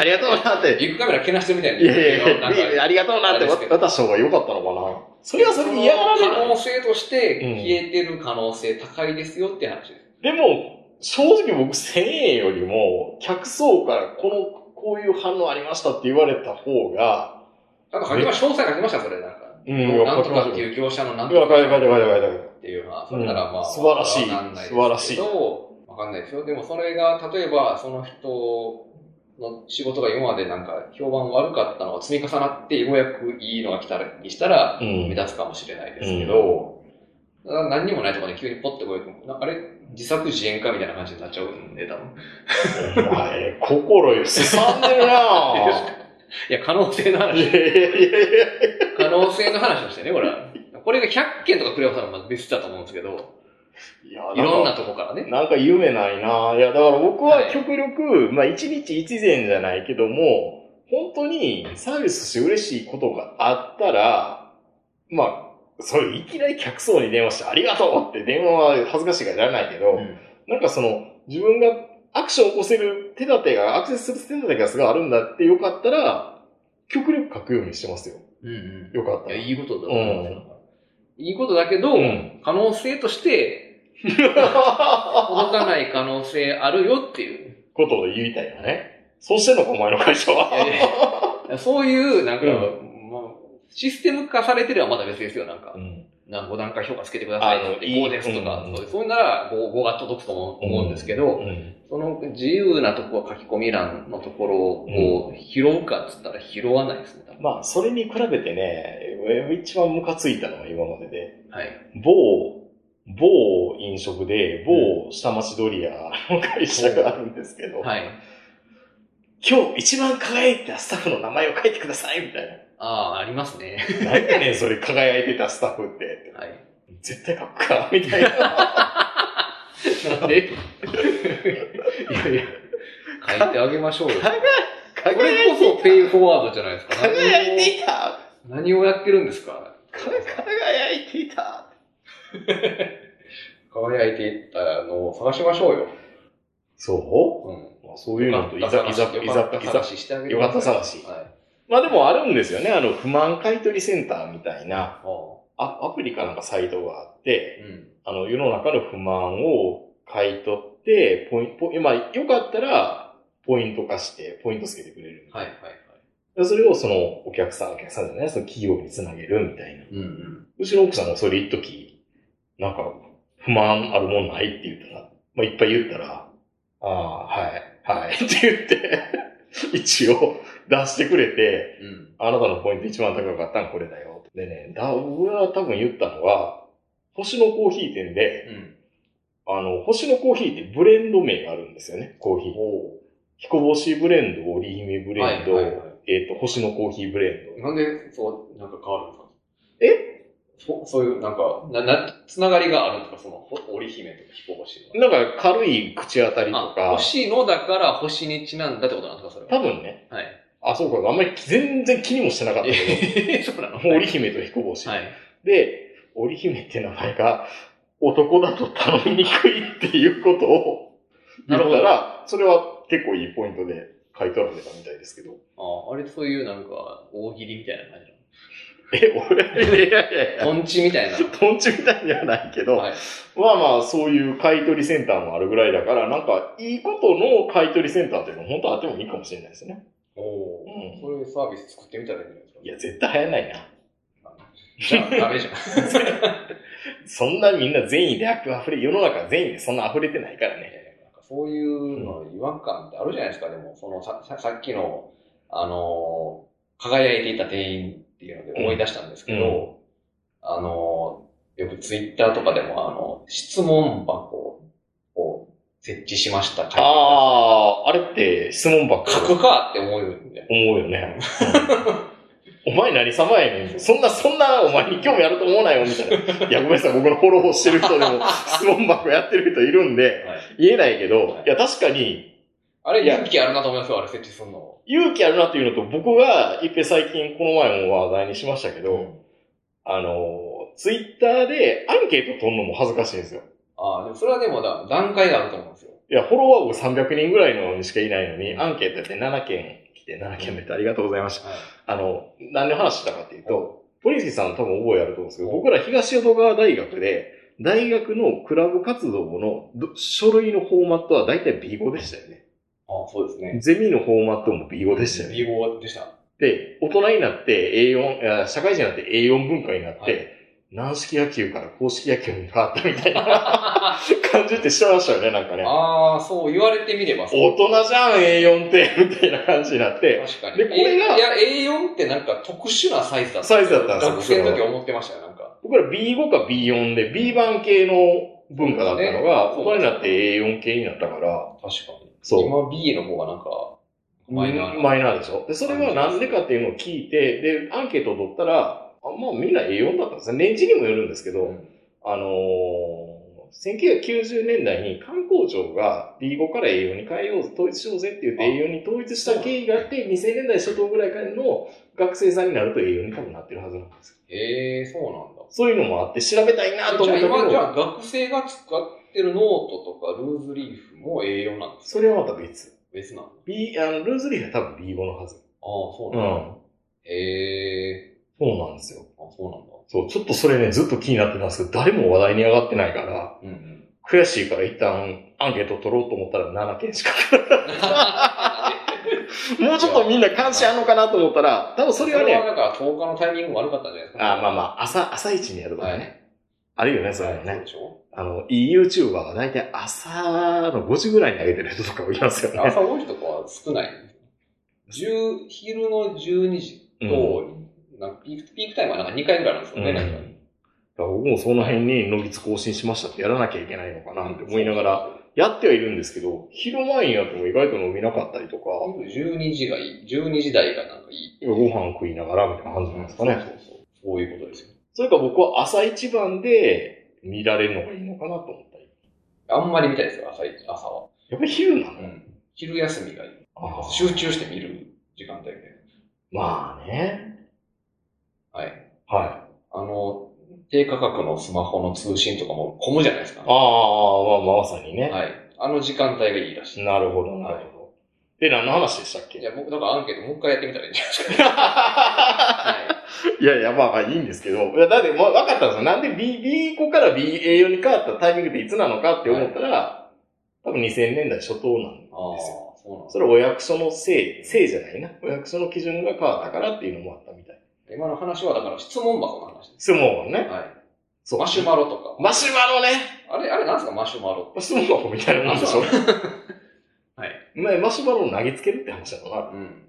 ありがとうなって。ビッグカメラけなしてるみたいいに。やいやいなんかや、ありがとうなってあれですけど渡した方が良かったのかな。それはそれで嫌がられその可る。能性として、うん消えてる可能性高いですよって話です。でも、正直僕1000円よりも、客層からこの、こういう反応ありましたって言われた方が、なんか書きました、詳細書きました、それ。なんか。うんなんとかっていう業者のなんうわ、とかるかかっるかるかるかていうのは、それならまあ、素晴らしいわかんなですけ素晴らしいどわかんないですよ。でもそれが、例えば、その人の仕事が今までなんか評判悪かったのが積み重なって、ようやくいいのが来たら、にしたら、る。うん目。立つかもしれないですけど、な何にもないところに急にポッてこれても、なあれ自作自演かみたいな感じになっちゃうんで、多分。お前、心よ、すさんでるな いや、可能性 のい話。やいやいやいや。可能性の話をしてね、これは。これが100件とかくればさ、まあ別だと思うんですけど、いやいろんなとこからね。なんか夢ないないや、だから僕ははい極力、まあ一日一善じゃないけども、本当にサービスして嬉しいことがあったら、まあ、それいきなり客層に電話してありがとうって電話は恥ずかしいからやらないけど、うんなんかその自分がアクションを起こせる手立てが、アクセスする手立てがすごいあるんだってよかったら、極力書くようにしてますよ。うんよかっうん。いたや、ら。いいことだと思うんですよいいことだけど、うん可能性として、動かない可能性あるよっていう。ことを言いたいよね。そうしてんのか、お前の会社は。いやいやそういう、なんか、うんまあ、システム化されてればまだ別ですよ、なんか。うんなんか5段階評価つけてくださいとかってあの5ですとかいい、うんそうそんなら 5, 5が届くと思う思うんですけど、うんその自由なとこは書き込み欄のところを拾うかっつったら拾わないですね、多分まあ、それに比べてね、えー一番ムカついたのは今までで、はい。某、某飲食で、某下町ドリアの会社があるんですけど、はい。今日一番輝いたスタッフの名前を書いてくださいみたいああ、ありますね。な。何やねん、それ輝いてたスタッフって。はい。絶対書くか、みたいな。なんでい やいや、書いてあげましょうよ。これこそペイフォワードじゃないですか。輝いていた何をやってるんですか輝いていた輝いていったのを探しましょうよ。そうんう、まあ、そういうのと、いざ、いざ、いよかざ、っいたざ探。ししてあげよかった探しはい。まあでもあるんですよね、あの、不満買取センターみたいな、あああアプリかなんかサイトがあって、うん。あの、世の中の不満を買い取って、ポイント、今、よかったら、ポイント化して、ポイントつけてくれる。はいはいはい。でそれをその、お客さん、お客さんじゃない、その企業につなげるみたいな。うんうん。うちの奥さんもそれ一時、なんか、不満あるもんないって言ったら、まあ、いっぱい言ったら、ああ、はい、はい、って 言って、一応出してくれて、うん。あなたのポイント一番高かったのこれだよ。でね、だ、僕が多分言ったのは、星のコーヒー店で、うん。あの、星のコーヒーってブレンド名があるんですよね、コーヒー。彦星ブレンド、織姫ブレンド、はいはいはえっ、と、星のコーヒーブレンなんで、そう、なんか変わるんですかえそそういう、なんか、な、な、つながりがあるんですかその、ほ織姫とか彦星ド。なんか軽い口当たりとの。あ、か、星のだから星にちなんだってことなんですかそれ多は。分ね、はい。 あ、そうか、あんまり全然気にもしてなかったけえ そうなのど、もう織姫と彦星。 はい。で、織姫って名前が男だと頼みにくいっていうことを言っなるほどたら、それは結構いいポイントで買い取られたみたいですけど。あ、あれそういうなんか、大喜利みたいな感じ え、 俺、いやいやいなの。トンチみたいな。や、とんちみたいにはないけど、はい。まあまあ、そういう買い取りセンターもあるぐらいだから、なんか、いいことの買い取りセンターっていうの本当あってもいいかもしれないですね。おうお。ん。そういうサービス作ってみたらいいんじゃないですかいや、絶対流行んないな。じゃあ、ダメじゃん。そんなみんな善意で溢れ、世の中善意でそんな溢れてないからね。なんかそういうの違和感ってあるじゃないですか、でも、そのさささっきの、あのー輝いていた店員っていうので思い出したんですけど、うあのーよくツイッターとかでも、あの、質問箱を設置しました。書いてくださいああ、あれって質問ばっか書 りくかって思うよね。思うよね。お前何様やねん。そんな、そんなお前に興味あると思わないよ、みたいな。いや、ごめんなさい、僕のフォローしてる人でも質問箱やってる人いるんで、はい言えないけどはい、いや、確かに、あれ、いや勇気あるなと思いますよ、あれ設置するの。勇気あるなっていうのと、僕が、いっぺ最近この前も話題にしましたけど、あの、ツイッターでアンケート取るのも恥ずかしいんですよ。ああ、でもそれはでもだ、段階があると思うんですよ。いや、フォロワー僕300人ぐらいのにしかいないのに、アンケートやって7件来て、7件目ってありがとうございました。はい。あの、何の話したかっていうと、ポリンスキーさん多分覚えあると思うんですけど、僕ら東淀川大学で、大学のクラブ活動のど書類のフォーマットは大体 B5 でしたよね。ああ、そうですね。ゼミのフォーマットも B5 でしたよね。美貌でした。で、大人になって A4、あ社会人になって A4 文化になって、はい軟式野球から公式野球に変わったみたいな 感じってしてましたよね、なんかね。ああ、そう言われてみればそう。大人じゃん、A4 って、みたいな感じになって。確かに。でこれがえいや、A4 ってなんか特殊なサイズだった。サイズだったんですよ学生の時思ってましたよ、なんか。僕ら B5 か B4 で B 版系の文化だったのが、そう大人ですねになって A4 系になったから、確かに。そう。今 B の方がなんか、マイナーな。マイナーでしょ。で、それはなんでかっていうのを聞いて、で、アンケートを取ったら、あまあみんな A4 だったんですね。年次にもよるんですけど、うんあのー、1990年代に観光庁が B5 から A4 に変えようぜ、統一しようぜって言ってあ A4 に統一した経緯があって、2000年代初頭ぐらいからの学生さんになると A4 に多分なってるはずなんですよ。ええー、そうなんだ。そういうのもあって調べたいなと思ったけじゃあ今、じど、ゃあ学生が使ってるノートとかルーズリーフも A4 なんですかそれはまた別。別なのああ、 B、あの、ルーズリーフは多分 B5 のはず。そううなんだ。ん。ええそうなんですよ。ー、あ、そうそう、ちょっとそれね、ずっと気になってたんですけど、誰も話題に上がってないから、なんだ。うんうん。悔しいから一旦アンケート取ろうと思ったら7件しか。もうちょっとみんな関心あんのかなと思ったら、多分それはそれはね、なんか10日のタイミング悪かったんじゃないですか。あまあまあ、朝、朝一にやるとかはね。あるよね、そういうのはいそうねで。しょあの、いい YouTuber が大体朝の5時ぐらいに上げてる人とかもいますよね。朝5時とかは 少ない。10昼の12時うと、んなんかピークピークタイムはなんか2回ぐらいなんですよね、うんなんかだから僕もその辺に、のぎつ更新しましたってやらなきゃいけないのかなって思いながら、。やってはいるんですけど、昼前にやっても意外と伸びなかったりとか、昼12時がいい、12時台がなんかいい。ご飯食いながらみたいな感じなんですかね。そうそうそう。そういうことですよ。それか僕は朝一番で見られるのがいいのかなと思ったり。あんまり見たいですよ、朝い朝は。やっぱり昼なの、うん。昼休みがいい。あー集中して見る時間帯で。まあね。はい。はい。あの、低価格のスマホの通信とかも混むじゃないですか。ああ、まあまあまさにね。はい。あの時間帯がいいらしい。なるほど、なるほど。で、何の話でしたっけいや、僕、なんかアンケートもう一回やってみたらいいんじゃない ですか。はいやいや、まあまあいいんですけど。いやだって、まあ、分かったんですよ。なんで B、B 子から BA4 に変わったタイミングっていつなのかって思ったら、多分2000年代初頭なんでああ、すよ。そうなんですそれお役所のせい、せいじゃないな。お役所の基準が変わったからっていうのもあったみたい。今の話は、だから質問箱の話です。相撲はね。はい。そうマシュマロとか。マシュマロね。あれ、あれなんですか、マシュマロって。マシュマロみたいなもんでしょあはい。ねマシュマロを投げつけるって話だろう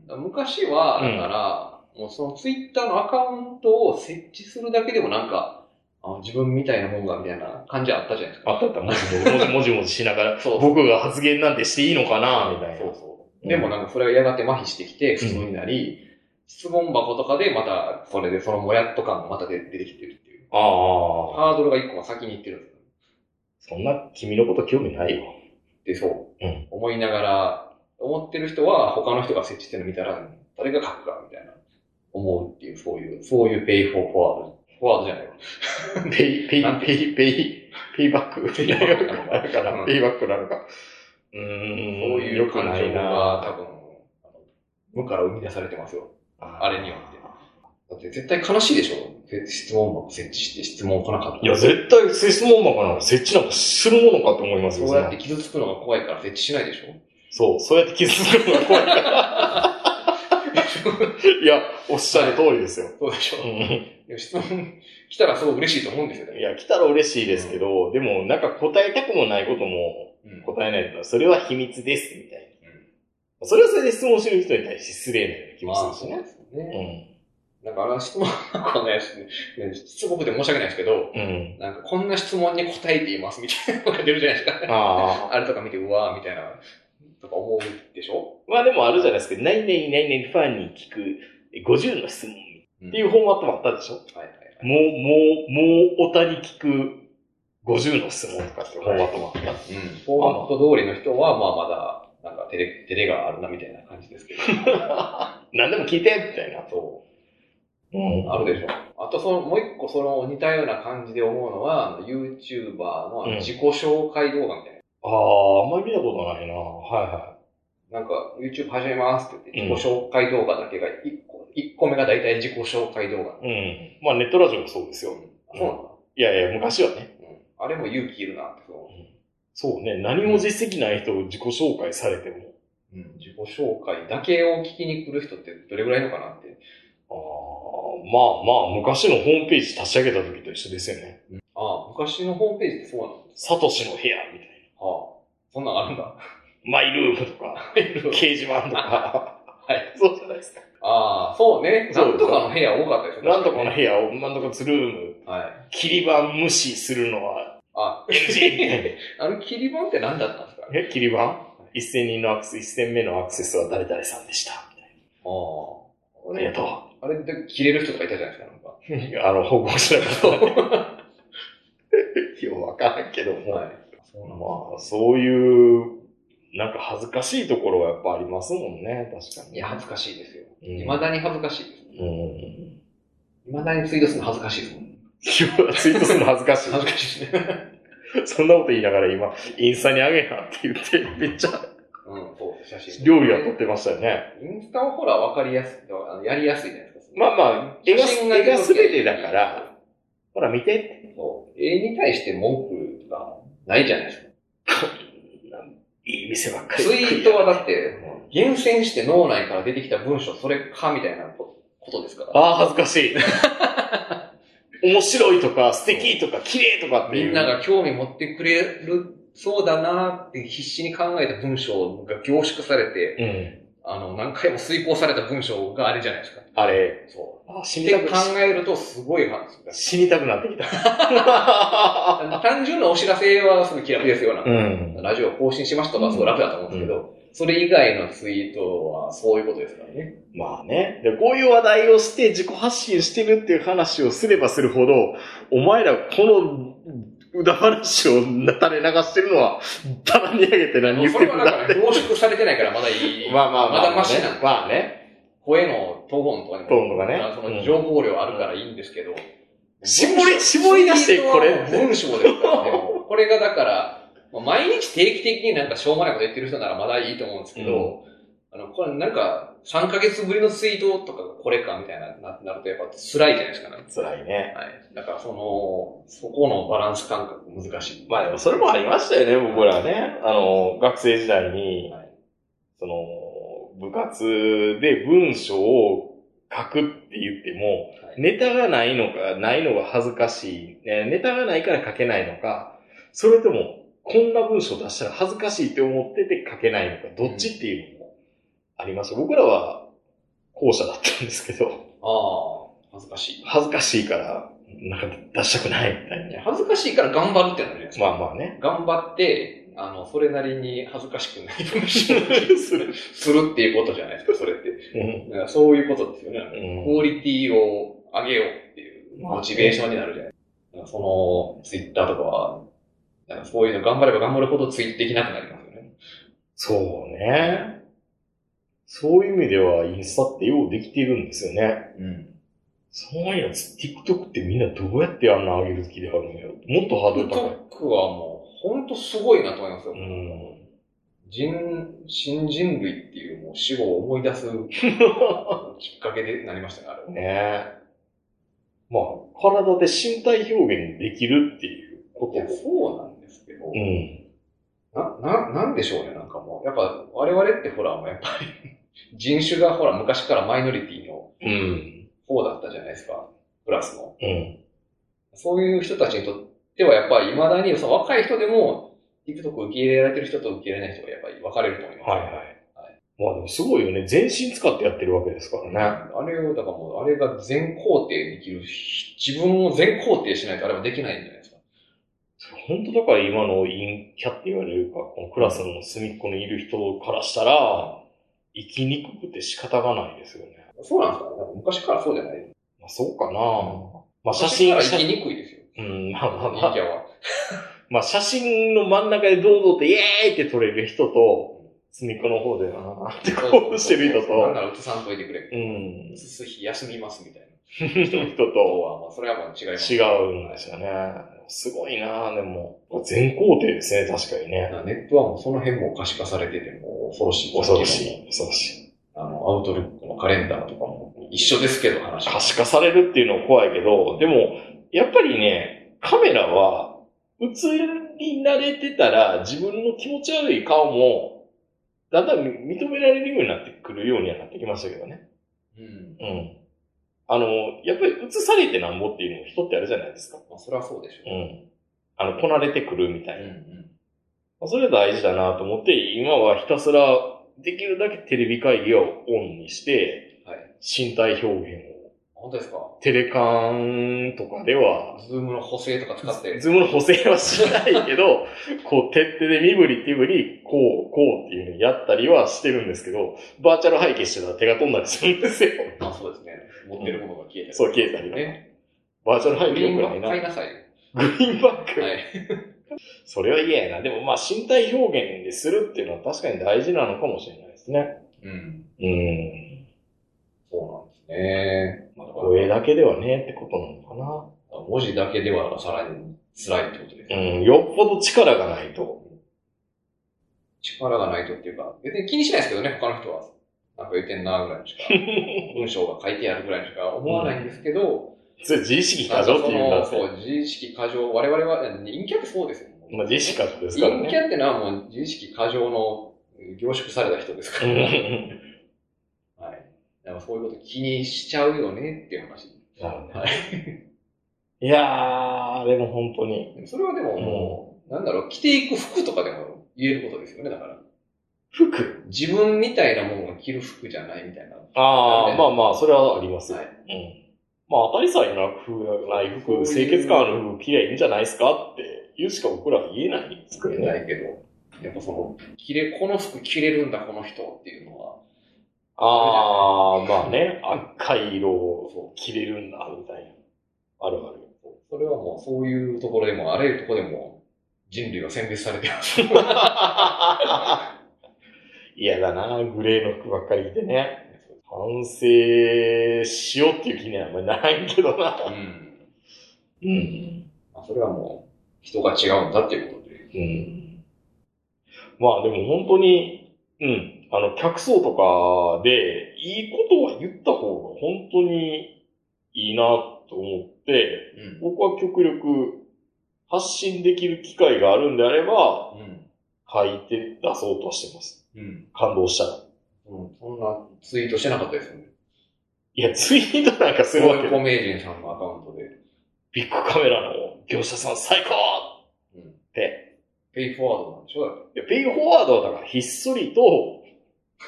な。うん。昔は、だから、もうそのツイッターのアカウントを設置するだけでもなんか、あ自分みたいなもんが、みたいな感じあったじゃないですか。あったあった、もじもじ、もじもじしなが ら、そう僕が発言なんてしていいのかな、みたいそなう。そう。でもなんかそれがやがて麻痺してきて、普通になり、質問箱とかでまた、それでそのもやっと感がまた出出てきてるっていう。ああ、ハードルが一個先に行ってるんですそよ。んな君のこと興味ないよ。で、そう。うん思いながら、思ってる人は他の人が設置してるの見たら、誰が書くか、みたいな。思うっていう、そういう、そういうペイフォーフォワード。フォワードじゃないわ。ペイ、ペイなん、てペイ、ペイ、ペイバッ ク。ペイイババッッククなのかうな、んペイバックなのか。うー、そうんい良うく感な情いが多な分、あの無から生み出されてますよ。ああれによってだって絶対悲しいでしょせ質問箱設置して質問来なかったら。いや、絶対、質問箱なんか設置なんかするものかと思いますよ。そうやって傷つくのが怖いから設置しないでしょそう、そうやって傷つくのが怖いから。いや、おっしゃる通りですよ。そうでしょ、いでも質問来たらすごい嬉しいと思うんですよね。や、来たら嬉しいですけど、でもなんか答えたくもないこともうん答えないとか、それは秘密です、みたいな。それはそれで質問してる人に対して失礼なような気まもあ、すそるうしね。ですよね。だから質問箱のやつね、すごくて申し訳ないですけど、うん。うん。なんかこんな質問に答えていますみたいなのが出るじゃない ですか。ああ。あれとか見て、うわーみたいな、とか思うでしょまあでもあるじゃないですか、何々何々ファンに聞くえ50の質問っっていうフォーマットもあったでしょはいはいはい。もう、もう、もう、おたに聞く50の質問とかっていうフォーマットもあった。うん。フォーマット通りの人は、まあまだ、なんかか照れ、照れがあるなみたいな感じですけど。何でも聞いてみたいな。そう。うんあるでしょ。あと、その、もう一個その似たような感じで思うのは、あの YouTuber のあうんの自己紹介動画みたいな。ああ、あんまり見たことないな。はいはなんか、YouTube 始めますって言って、自己紹介動画だけが一個、一個目が大体自己紹介動画。い。うん。まあネットラジオもそうですよ。そうなんだ。いやいや、昔はね。うんあれも勇気いるなって、そそうね。何も実績ない人を自己紹介されても。う。うん、自己紹介だけを聞きに来る人ってどれぐらいいるのかなって。ああ、まあまあ、昔のホームページ立ち上げた時と一緒ですよね。ああ、昔のホームページってそうなのサトシの部屋みたいはあ、そんなんある んだ。な。マイルームとか、掲示板とか。はい。そうじゃないですか。ああ、そうね。そうなんとかの部屋多かったですよね。なんとかの屋。部屋を、なんとかツルーム、はい。切り板無視するのはあ、 NG。 あの切り板って何だっ たんですかあえ、切り板一0人のアクセス、一0目のアクセスは誰々さんでした。みたいあ。なありがとあれで切れる人とかいたじゃないですか、なんか。う。あの、報告しなかった。 ようわからんけども。はい。そうなんだ。まあ、そういう、なんか恥ずかしいところはやっぱありますもんね、確かに。いや、恥ずかしいですよ。うん、 未だに恥ずかしいです。うん。い未だにツイートするの恥ずかしいですもん。や、ツイートするの恥ずか しい。恥ずかしいですね。そんなこと言いながら今、インスタにあげなって言って、めっちゃうん、そう、写真。料理は撮ってましたよね。インスタはほら分かりやすい、あのやりやすいじゃないですか。まあまあ、絵が写真が出絵るが全てだから、ほら見てって。そう。絵に対して文句とかないじゃないですか。いい店ばっかり。ツイートはだって、厳選して脳内から出てきた文章、それかみたいなことことですから。ああ、恥ずかし い。面白いとか、素敵とか、綺麗とかってみいう。んなが興味持ってくれる、そうだなって必死に考えた文章が凝縮されて、うん。あの、何回も遂行された文章があれじゃないですか。あれ。そあう。死っにてた考く、えるとすごい話だ。死にたくなってきた。 単純なお知らせはすごい気楽ですよ、なんかうん。ラジオ更新しましたとか、すごい楽だと思うんですけど、それ以外のツイートはそういうことですからね。まあね。で、こういう話題をして自己発信してるっていう話をすればするほど、お前らこの、裏話を垂れ流してるのは、棚に上げて何言っそてれるはんなんだっか、ね、て。凝縮されてないからまだいい。まあまあまあ、まだマシなんでねす。まあね。声のトーンとかね。トーンとかねあその情報量あるからいいんですけど。絞り絞り出してこれって文章ですからね。もうこれがだから、まあ毎日定期的になんかしょうもないこと言ってる人ならまだいいと思うんですけど、あの、これなんか、3ヶ月ぶりのツイートとかがこれかみたいな、ななるとやっぱ辛いじゃないですか、ね。辛いね。はい。だからその、そこのバランス感覚難しい。まあでもそれもありましたよね、僕らね。あの、学生時代に、はいその、部活で文章を書くって言っても、はいネタがないのか、ないのが恥ずかしい、えーネタがないから書けないのか、それとも、こんな文章出したら恥ずかしいって思ってて書けないのか、どっちっていうのもありました。僕らは、後者だったんですけど、ああ、恥ずかしい。恥ずかしいから、なんか出したくないみたいいや恥ずかしいから頑張るってなるじゃないですか。な。まあまあね。頑張って、あの、それなりに恥ずかしくない文す章をるするっていうことじゃないですか、それって。うんだからそういうことですよね。うんクオリティを上げようっていうモチベーションになるじゃないですか。その、ツイッターとかは、なんかそういうの頑張れば頑張るほどツイートできなくなりますよね。そうね。そういう意味ではインスタってようできているんですよね。うん。そういうやつ、TikTok ってみんなどうやってあんな上げる気であるんやろもっとハードル高い。 TikTok はもう、ほんとすごいなと思いますよ。うん。人、新人類っていうもう死後を思い出すきっかけでなりましたね、あれは。 ねえ。まあ、体で身体表現できるっていうこいや、と。そうなんですけど。うん。な、な、なんでしょうね、なんかもう。やっぱ、我々ってほら、もうやっぱり、 人種がほら、昔からマイノリティのうん。方だったじゃないですか。クラスの。うん。そういう人たちにとっては、やっぱり未だに、その若い人でも、TikTok を受け入れられてる人と受け入れない人がやっぱり分かれると思います。はいはい。まあでもすごいよね。全身使ってやってるわけですからね。あれを、だからもう、あれが全肯定できるし、自分を全肯定しないとあれはできないんじゃないですか。本当だから今の陰キャって言われるか、このクラスの隅っこにいる人からしたら、生きにくくて仕方がないですよね。そうなんですかねなんか昔からそうじゃないまあ、そうかな、まあ写真、昔から生写きにくいですよ。うん、 まあまあま人あ、気は。まあ写真の真ん中で堂々とイエーイって撮れる人と、隅っこの方で、あーって興奮してる人なんと、ならうつさんといてくれ。うんう、つす日休みますみたいな。人そうとは、まあ、それはもう違います。違うんですよね。すごいなぁ、でも。全工程ですね、確かにね。ネットはもうその辺も可視化されてて、もう恐ろしい。恐ろしい。恐ろしい。あの、アウトルックのカレンダーとかも一緒ですけど話が可視化されるっていうのは怖いけど、でも、やっぱりね、カメラは、映り慣れてたら、自分の気持ち悪い顔も、だんだん認められるようになってくるようにはなってきましたけどね。ううん。ん。あの、やっぱり映されてなんぼっていうのも人ってあるじゃないですか。まあ、それはそうでしうょう。ん。あの、こなれてくるみたいな。ん。まあそれ大事だなと思って、今はひたすらできるだけテレビ会議をオンにして、はい身体表現を。本当ですかテレカンとかでは、ズームの補正とか使って。ズームの補正はしないけど、 こう、徹底で身振り手振り、こう、こうっていうのをやったりはしてるんですけど、バーチャル背景してたら手が飛んだりするん ですよ。あ、そうですね。持ってるものが消えたり。そう、消えたりとかね。バーチャルグ背リ景ー良ンくバなッいクな。買いなさいよ。グリーンバック。はい。それは嫌やな。でもまあ身体表現でするっていうのは確かに大事なのかもしれないですね。うん。うん。そうなんですね。まあだから声だけではねってことなの文字だけではさらに辛いってことですかね。な。うん、よっぽど力がないと。力がないとっていうか、別に気にしないですけどね、他の人は。なんか言ってんなぐらいに しか、文章が書いてあるぐらいにしか思わないんですけど、それ自意識な過ん剰っかそていうんだの、って。そう、自意識過剰、我々は、陰キャってそうですよ。まあ、自意識過剰ですから陰キね。ャってのはもう自意識過剰の凝縮された人ですから、うんはい。だからそういうこと気にしちゃうよねっていう話。な るほどはいいやー、でも本当に。でもそれはでももう、なんだろう、着ていく服とかでも言えることですよね、だから。服自分みたいなものが着る服じゃないみたいな。ああ、なんでまあまあ、それはありますよ。はうん。まあ、当たり障りな服、ない服、清潔感ある服着りゃいいんじゃないですかって言うしか僕らは言えないんですけどい。ね。ないけど、やっぱその、着れ、この服着れるんだ、この人っていうのは。ああ、まあね、赤い色を着れるんだ、みたいな。あるあ る。それはもう、そういうところでも、あらゆるところでも、人類は選別され てます。嫌だなグレーの服ばっかり着てね。反省しようっていう気にはあんまりならんけどな。うん。うん。まあ、それはもう、人が違うんだっていうことで。うん。まあでも本当に、うん。あの、客層とかで、いいことは言った方が本当にいいなと思って、うん。僕は極力発信できる機会があるんであれば、うん。書いて出そうとはしてます。うん。感動したら。そんなツイートしてなかったですよね。いや、ツイートなんかすするごわいけコ名人さんのアカウントで、ビッグカメラの業者さん最高うん。で、ペイフォワードなんでしょだっていやペイフォワードはだからひっそりと、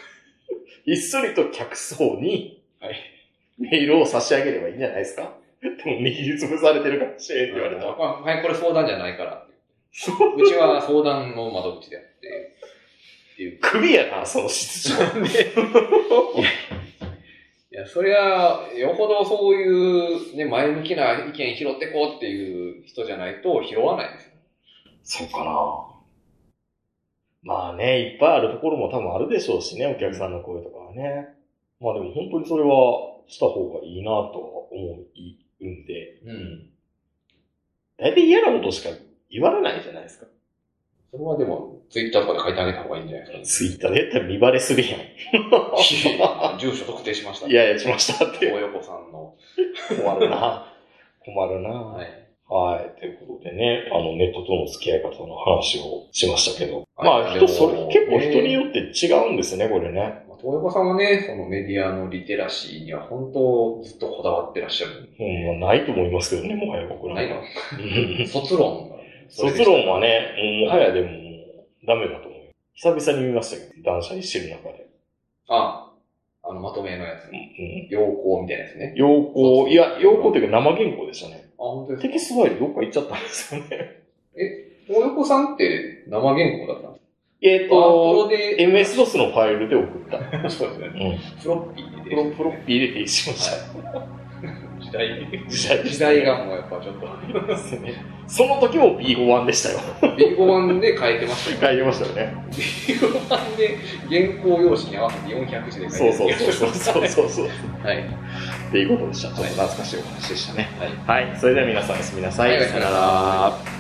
ひっそりと客層に、はいメールを差し上げればいいんじゃないですかでも握りつぶされてるかもしれんって言われたら。あはい、これ相談じゃないからって。そうちは相談の窓口であって。クビやな、その質状。いや、そりゃ、よほどそういう、ね、前向きな意見拾ってこうっていう人じゃないと拾わないですよ。 そうかな。まあね、いっぱいあるところも多分あるでしょうしね、お客さんの声とかはね。まあでも本当にそれはした方がいいなとは思うんで。うん。大体嫌なことしか言われないじゃないですか。それはでも、ツイッターとかで書いてあげた方がいいんじゃないでツす イッターでやったら見バレするやん。か。 住所特定しました。い、やいや、しましたっ大て。横さんの。困るな。困るな。はい。い。ということでね、あの、ネットとの付き合い方の話をしましたけど。はいまあ、で人もそれ、結構人によって違うんですね、これね。まあ大横さんはね、そのメディアのリテラシーには本当ずっとこだわってらっしゃる。うん、まあ、ないと思いますけどね、もはや僕らないのは。うん卒論が。卒論はね。ね、もはやでも、ダメだと思う。久々に見ましたけど、断捨離してる中で。あ、あの、まとめのやつ。うん。陽光みたいなやつね。要そうそ項、ういや、要項というか生原稿でしたね。あ、本当ですテかキストファイルどっか行っちゃったんですよね。大横さんって生原稿だったんですかえっワープロと、で、 MS-DOS のファイルで送った。そうですね。うん。フロッピープで。ロ、プロッピーで提出しました。はい時代、時代時代がもうやっぱちょっと、ですね。その時も B51 でしたよ。英語版で変えてましたよ。書いてましたよね。英語版で原稿用紙に合わせて400字で書そいうてそうそうそうそうそうそう。う。はい。っていうことでした。ちょっと懐かしいお話でしたね。はい。はい。それでは皆さんおやすみなさはいい。おやすさみよななさいら。